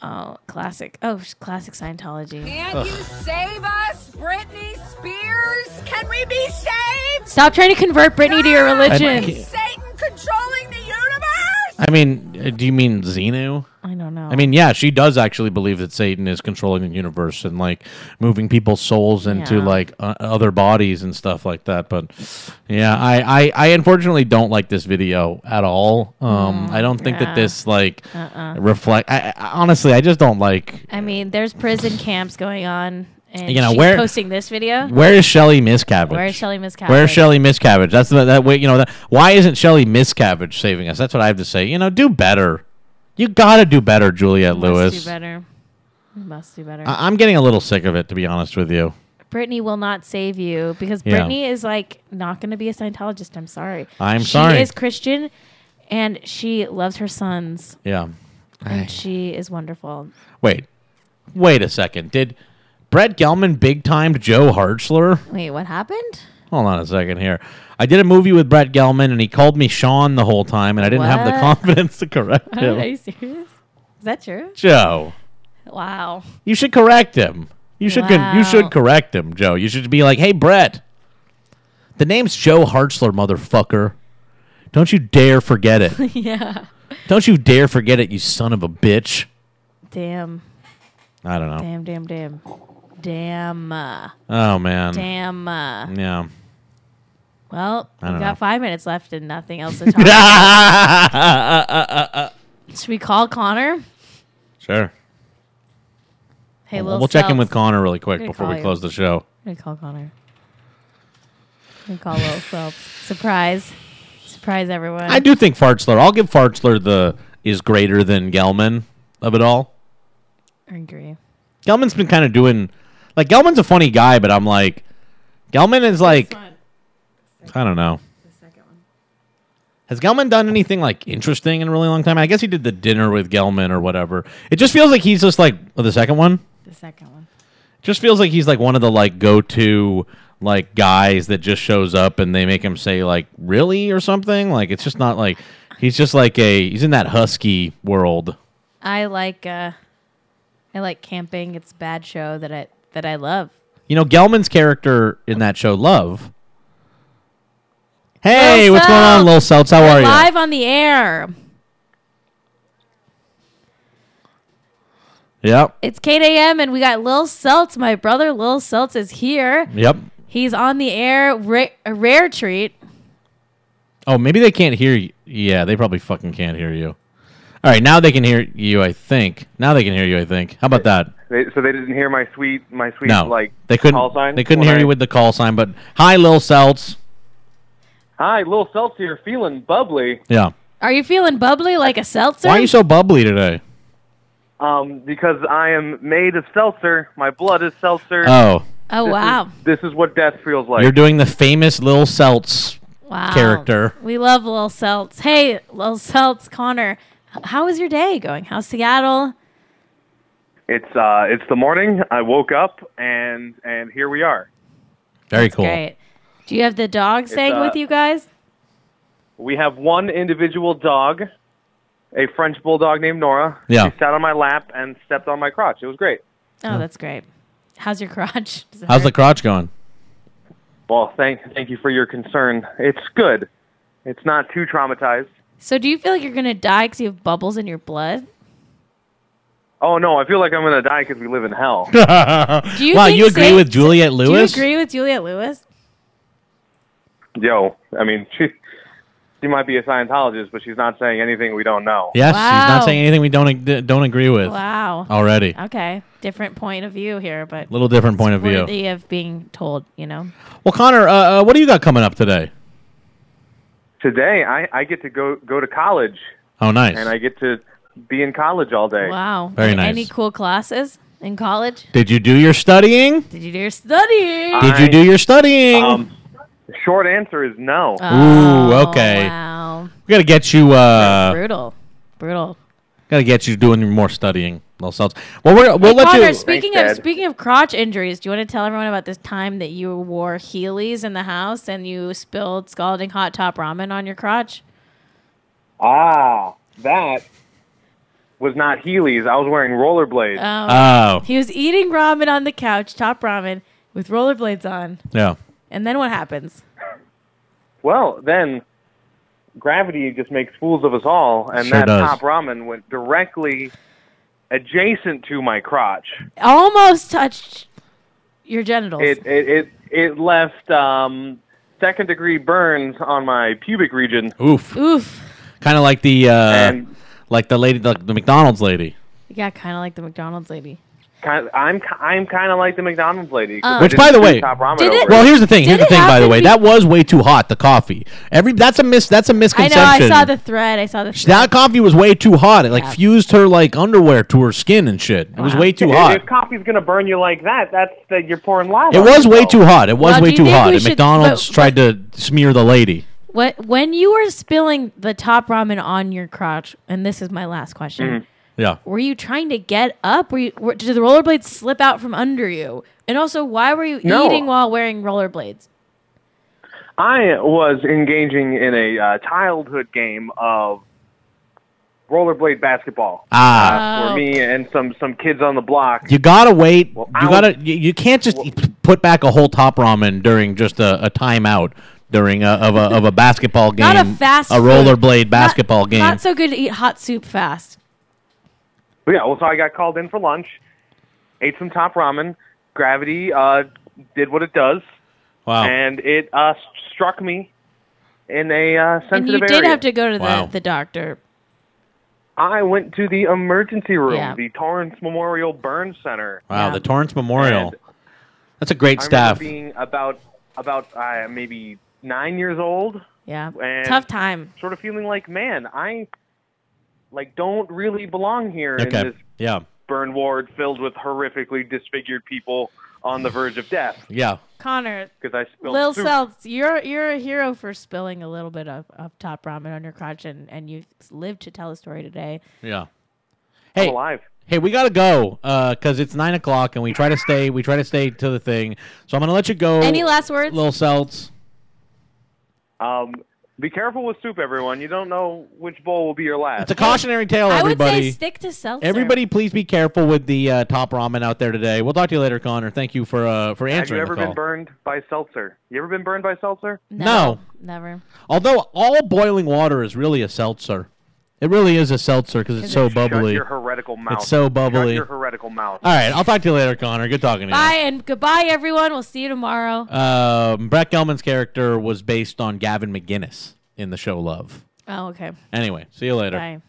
Oh, classic. Oh, sh- classic Scientology. Can you save us, Britney Spears? Can we be saved? Stop trying to convert Britney to your God, I- religion. Is Satan controlling the universe? I mean, uh, do you mean Xenu? I don't know. I mean, yeah, she does actually believe that Satan is controlling the universe and like moving people's souls into Yeah. like uh, other bodies and stuff like that. But yeah, I, I, I unfortunately don't like this video at all. Um, I don't think Mm, yeah. Uh-uh. that this like reflect. I, I, honestly, I just don't like. I mean, there's prison camps going on, and You know, she's where- posting this video. Where is Shelly Miscavige? Where's Shelly Miscavige? Where's Shelly Miscavige? That's the, that way. You know that. Why isn't Shelly Miscavige saving us? That's what I have to say. You know, do better. You gotta do better, Juliet Must Lewis. Uh, do better. We Must do better. I- I'm getting a little sick of it, to be honest with you. Brittany will not save you because Yeah. Brittany is like not going to be a Scientologist. I'm sorry. I'm she sorry. She is Christian, and she loves her sons, Yeah. and she is wonderful. Wait, wait a second. Did Brett Gelman big timed Joe Hartzler? Wait, what happened? Hold on a second here. I did a movie with Brett Gelman, and he called me Sean the whole time, and I didn't have the What? confidence to correct Are him. you serious? Is that true? Joe, Wow. you should correct him. You should con- you Wow. should correct him, Joe. You should be like, hey, Brett. The name's Joe Hartzler, motherfucker. Don't you dare forget it. yeah. Don't you dare forget it, you son of a bitch. Damn. I don't know. Damn. Damn. Damn. Damn. Uh, Oh man. damn. Uh. Yeah. Well, we don't got know. five minutes left and nothing else to talk. about. sure. Should we call Connor? Hey, We'll, Lil check in Seltz. with Connor really quick Gonna before call we you. close the show. I'm gonna call Connor. I'm gonna call Will Phelps. Surprise. Surprise everyone. I do think Fartzler. I'll give Fartzler the is greater than Gelman of it all. I agree. Gelman's been kind of doing like Gelman's a funny guy, but I'm like Gelman is like I don't know. Has Gelman done anything like interesting in a really long time? I guess he did the dinner with Gelman or whatever. It just feels like he's just like oh, the second one. The second one. just feels like he's like one of the like go-to like guys that just shows up and they make him say like really or something like it's just not like he's just like a he's in that husky world I like uh I like camping. It's a bad show that I that I love. you know gelman's character in that show love hey Lil what's going on Seltz. lil seltz how are you Live on the air. yep It's Kate AM and we got Lil Seltz. My brother Lil Seltz is here. yep He's on the air. Ra- a rare treat. oh maybe they can't hear you yeah they probably fucking can't hear you all right now they can hear you i think now they can hear you i think how about that They, so they didn't hear my sweet, my sweet, no like they couldn't call sign. they couldn't when hear I- you with the call sign but hi lil seltz Hi, Lil Seltz here, feeling bubbly. yeah Are you feeling bubbly like a seltzer? Why are you so bubbly today? Um, because I am made of seltzer. My blood is seltzer. Oh, oh wow. This is what death feels like. you're doing the famous Lil Seltz. wow. character. We love Lil Seltz. Hey, Lil Seltz, Connor, h- how is your day going? How's Seattle? it's uh, it's the morning. I woke up and and here we are. Very cool. Great. Do you have the dog staying uh, with you guys? We have one individual dog. a French bulldog named Nora. Yeah. She sat on my lap and stepped on my crotch. It was great. Oh, that's great. How's your crotch? Does it How's the hurt? crotch going? Well, thank thank you for your concern. It's good. It's not too traumatized. so do you feel like you're gonna die because you have bubbles in your blood? Oh no, I feel like I'm gonna die because we live in hell. Do you wow, think you agree Sa- with Juliet Do you Lewis? agree with Juliet Lewis? Yo, I mean, she she might be a Scientologist, but she's not saying anything we don't know. Yes, she's not Wow. saying anything we don't ag- don't agree with Wow. already. A Okay, different point of view here, but Oh. little different point of view. worthy of being told. You know, Well, Connor, uh, uh, what do you got coming up today? Today, I I get to go go to college, Oh, nice. and I get to be in college all day. wow. Very A- nice. Any cool classes in college? Did you do your studying? Did you do your studying? Uh, Did you I- do your studying? Um, short answer is no. Uh. ooh, okay. Oh, Wow. we gotta get you. Uh, brutal, brutal. gotta get you doing more studying. Little salts. Well, we're, we'll let Connor, you. speaking Thanks, of Dad. speaking of crotch injuries, do you want to tell everyone about this time that you wore Heelys in the house and you spilled scalding hot top ramen on your crotch? Ah, that was not Heelys. I was wearing rollerblades. Um, oh, he was eating ramen on the couch, top ramen with rollerblades on, yeah. and then what happens? well, then gravity just makes fools of us all, and Sure that does. top ramen went directly adjacent to my crotch. Almost touched your genitals. It it it, it left um, second degree burns on my pubic region. Oof. Oof. Kind of like the uh, And- like the lady, the, the McDonald's lady. Yeah, kind of like the McDonald's lady. Kind I'm ki- I'm kind of like the McDonald's lady. 'cause I Which, didn't by the do way, top Uh. ramen did it- over Well, here's the thing. Did Here's the it thing. By the happen way, be- that was way too hot. The coffee. Every that's a mis. That's a I know. misconception. I saw the thread. I saw the thread. That coffee was way too hot. It like Yeah. fused her like underwear to her skin and shit. It was Wow. way too If- hot. If coffee's gonna burn you like that, that's that you're pouring lava. It on was way yourself. too hot. It was Well, do way you too think hot. we And should- McDonald's but- tried to smear the lady. What when you were spilling the top ramen on your crotch? And this is my last question. Mm-hmm. Yeah. Were you trying to get up? Were you? Were, did the rollerblades slip out from under you? And also, why were you No. eating while wearing rollerblades? I was engaging in a uh, childhood game of rollerblade basketball Ah. uh, Oh. for me and some some kids on the block. You gotta wait. Well, you I gotta. You, you can't just p- put back a whole top ramen during just a, a timeout during a, of a of a basketball game. Not a fast. A food. rollerblade Not- basketball game. Not so good to eat hot soup fast. But yeah, well, so I got called in for lunch, ate some top ramen. Gravity uh, did what it does, wow. and it uh, s- struck me in a uh, And you sensitive did area. have to go to the, Wow. the doctor. I went to the emergency room, Yeah. the Torrance Memorial Burn Center. wow. Yeah. The Torrance Memorial. And That's a great I staff. remember being about about uh, maybe nine years old, Yeah. And- Tough time. sort of feeling like, man, I like don't really belong here in okay. this Yeah. burn ward filled with horrifically disfigured people on the verge of death Yeah. Connor, because I spilled Lil soup. Seltz, you're you're a hero for spilling a little bit of, of top ramen on your crotch, and, and you've lived to tell a story today. Yeah. I'm Hey. alive. Hey, we gotta go because it's nine o'clock, and we try to stay. We try to stay to the thing. So I'm gonna let you go. Any last words? Little Seltz. Um, be careful with soup, everyone. You don't know which bowl will be your last. It's a cautionary tale, I would everybody. say stick to seltzer. Everybody, please be careful with the uh, top ramen out there today. We'll talk to you later, Connor. Thank you for uh, for Have you answering ever the been call. burned by seltzer? You ever been burned by seltzer? No. never. Although all boiling water is really a seltzer, it really is a seltzer because it's so Shut bubbly. your heretical mouth. so Shut bubbly. your heretical mouth. All right, I'll talk to you later, Connor. Good talking to Bye and goodbye, everyone. We'll see you tomorrow. you. Um, Brett Gelman's character was based on Gavin McGinnis in the show Love. Oh, okay. Anyway, see you later. Bye.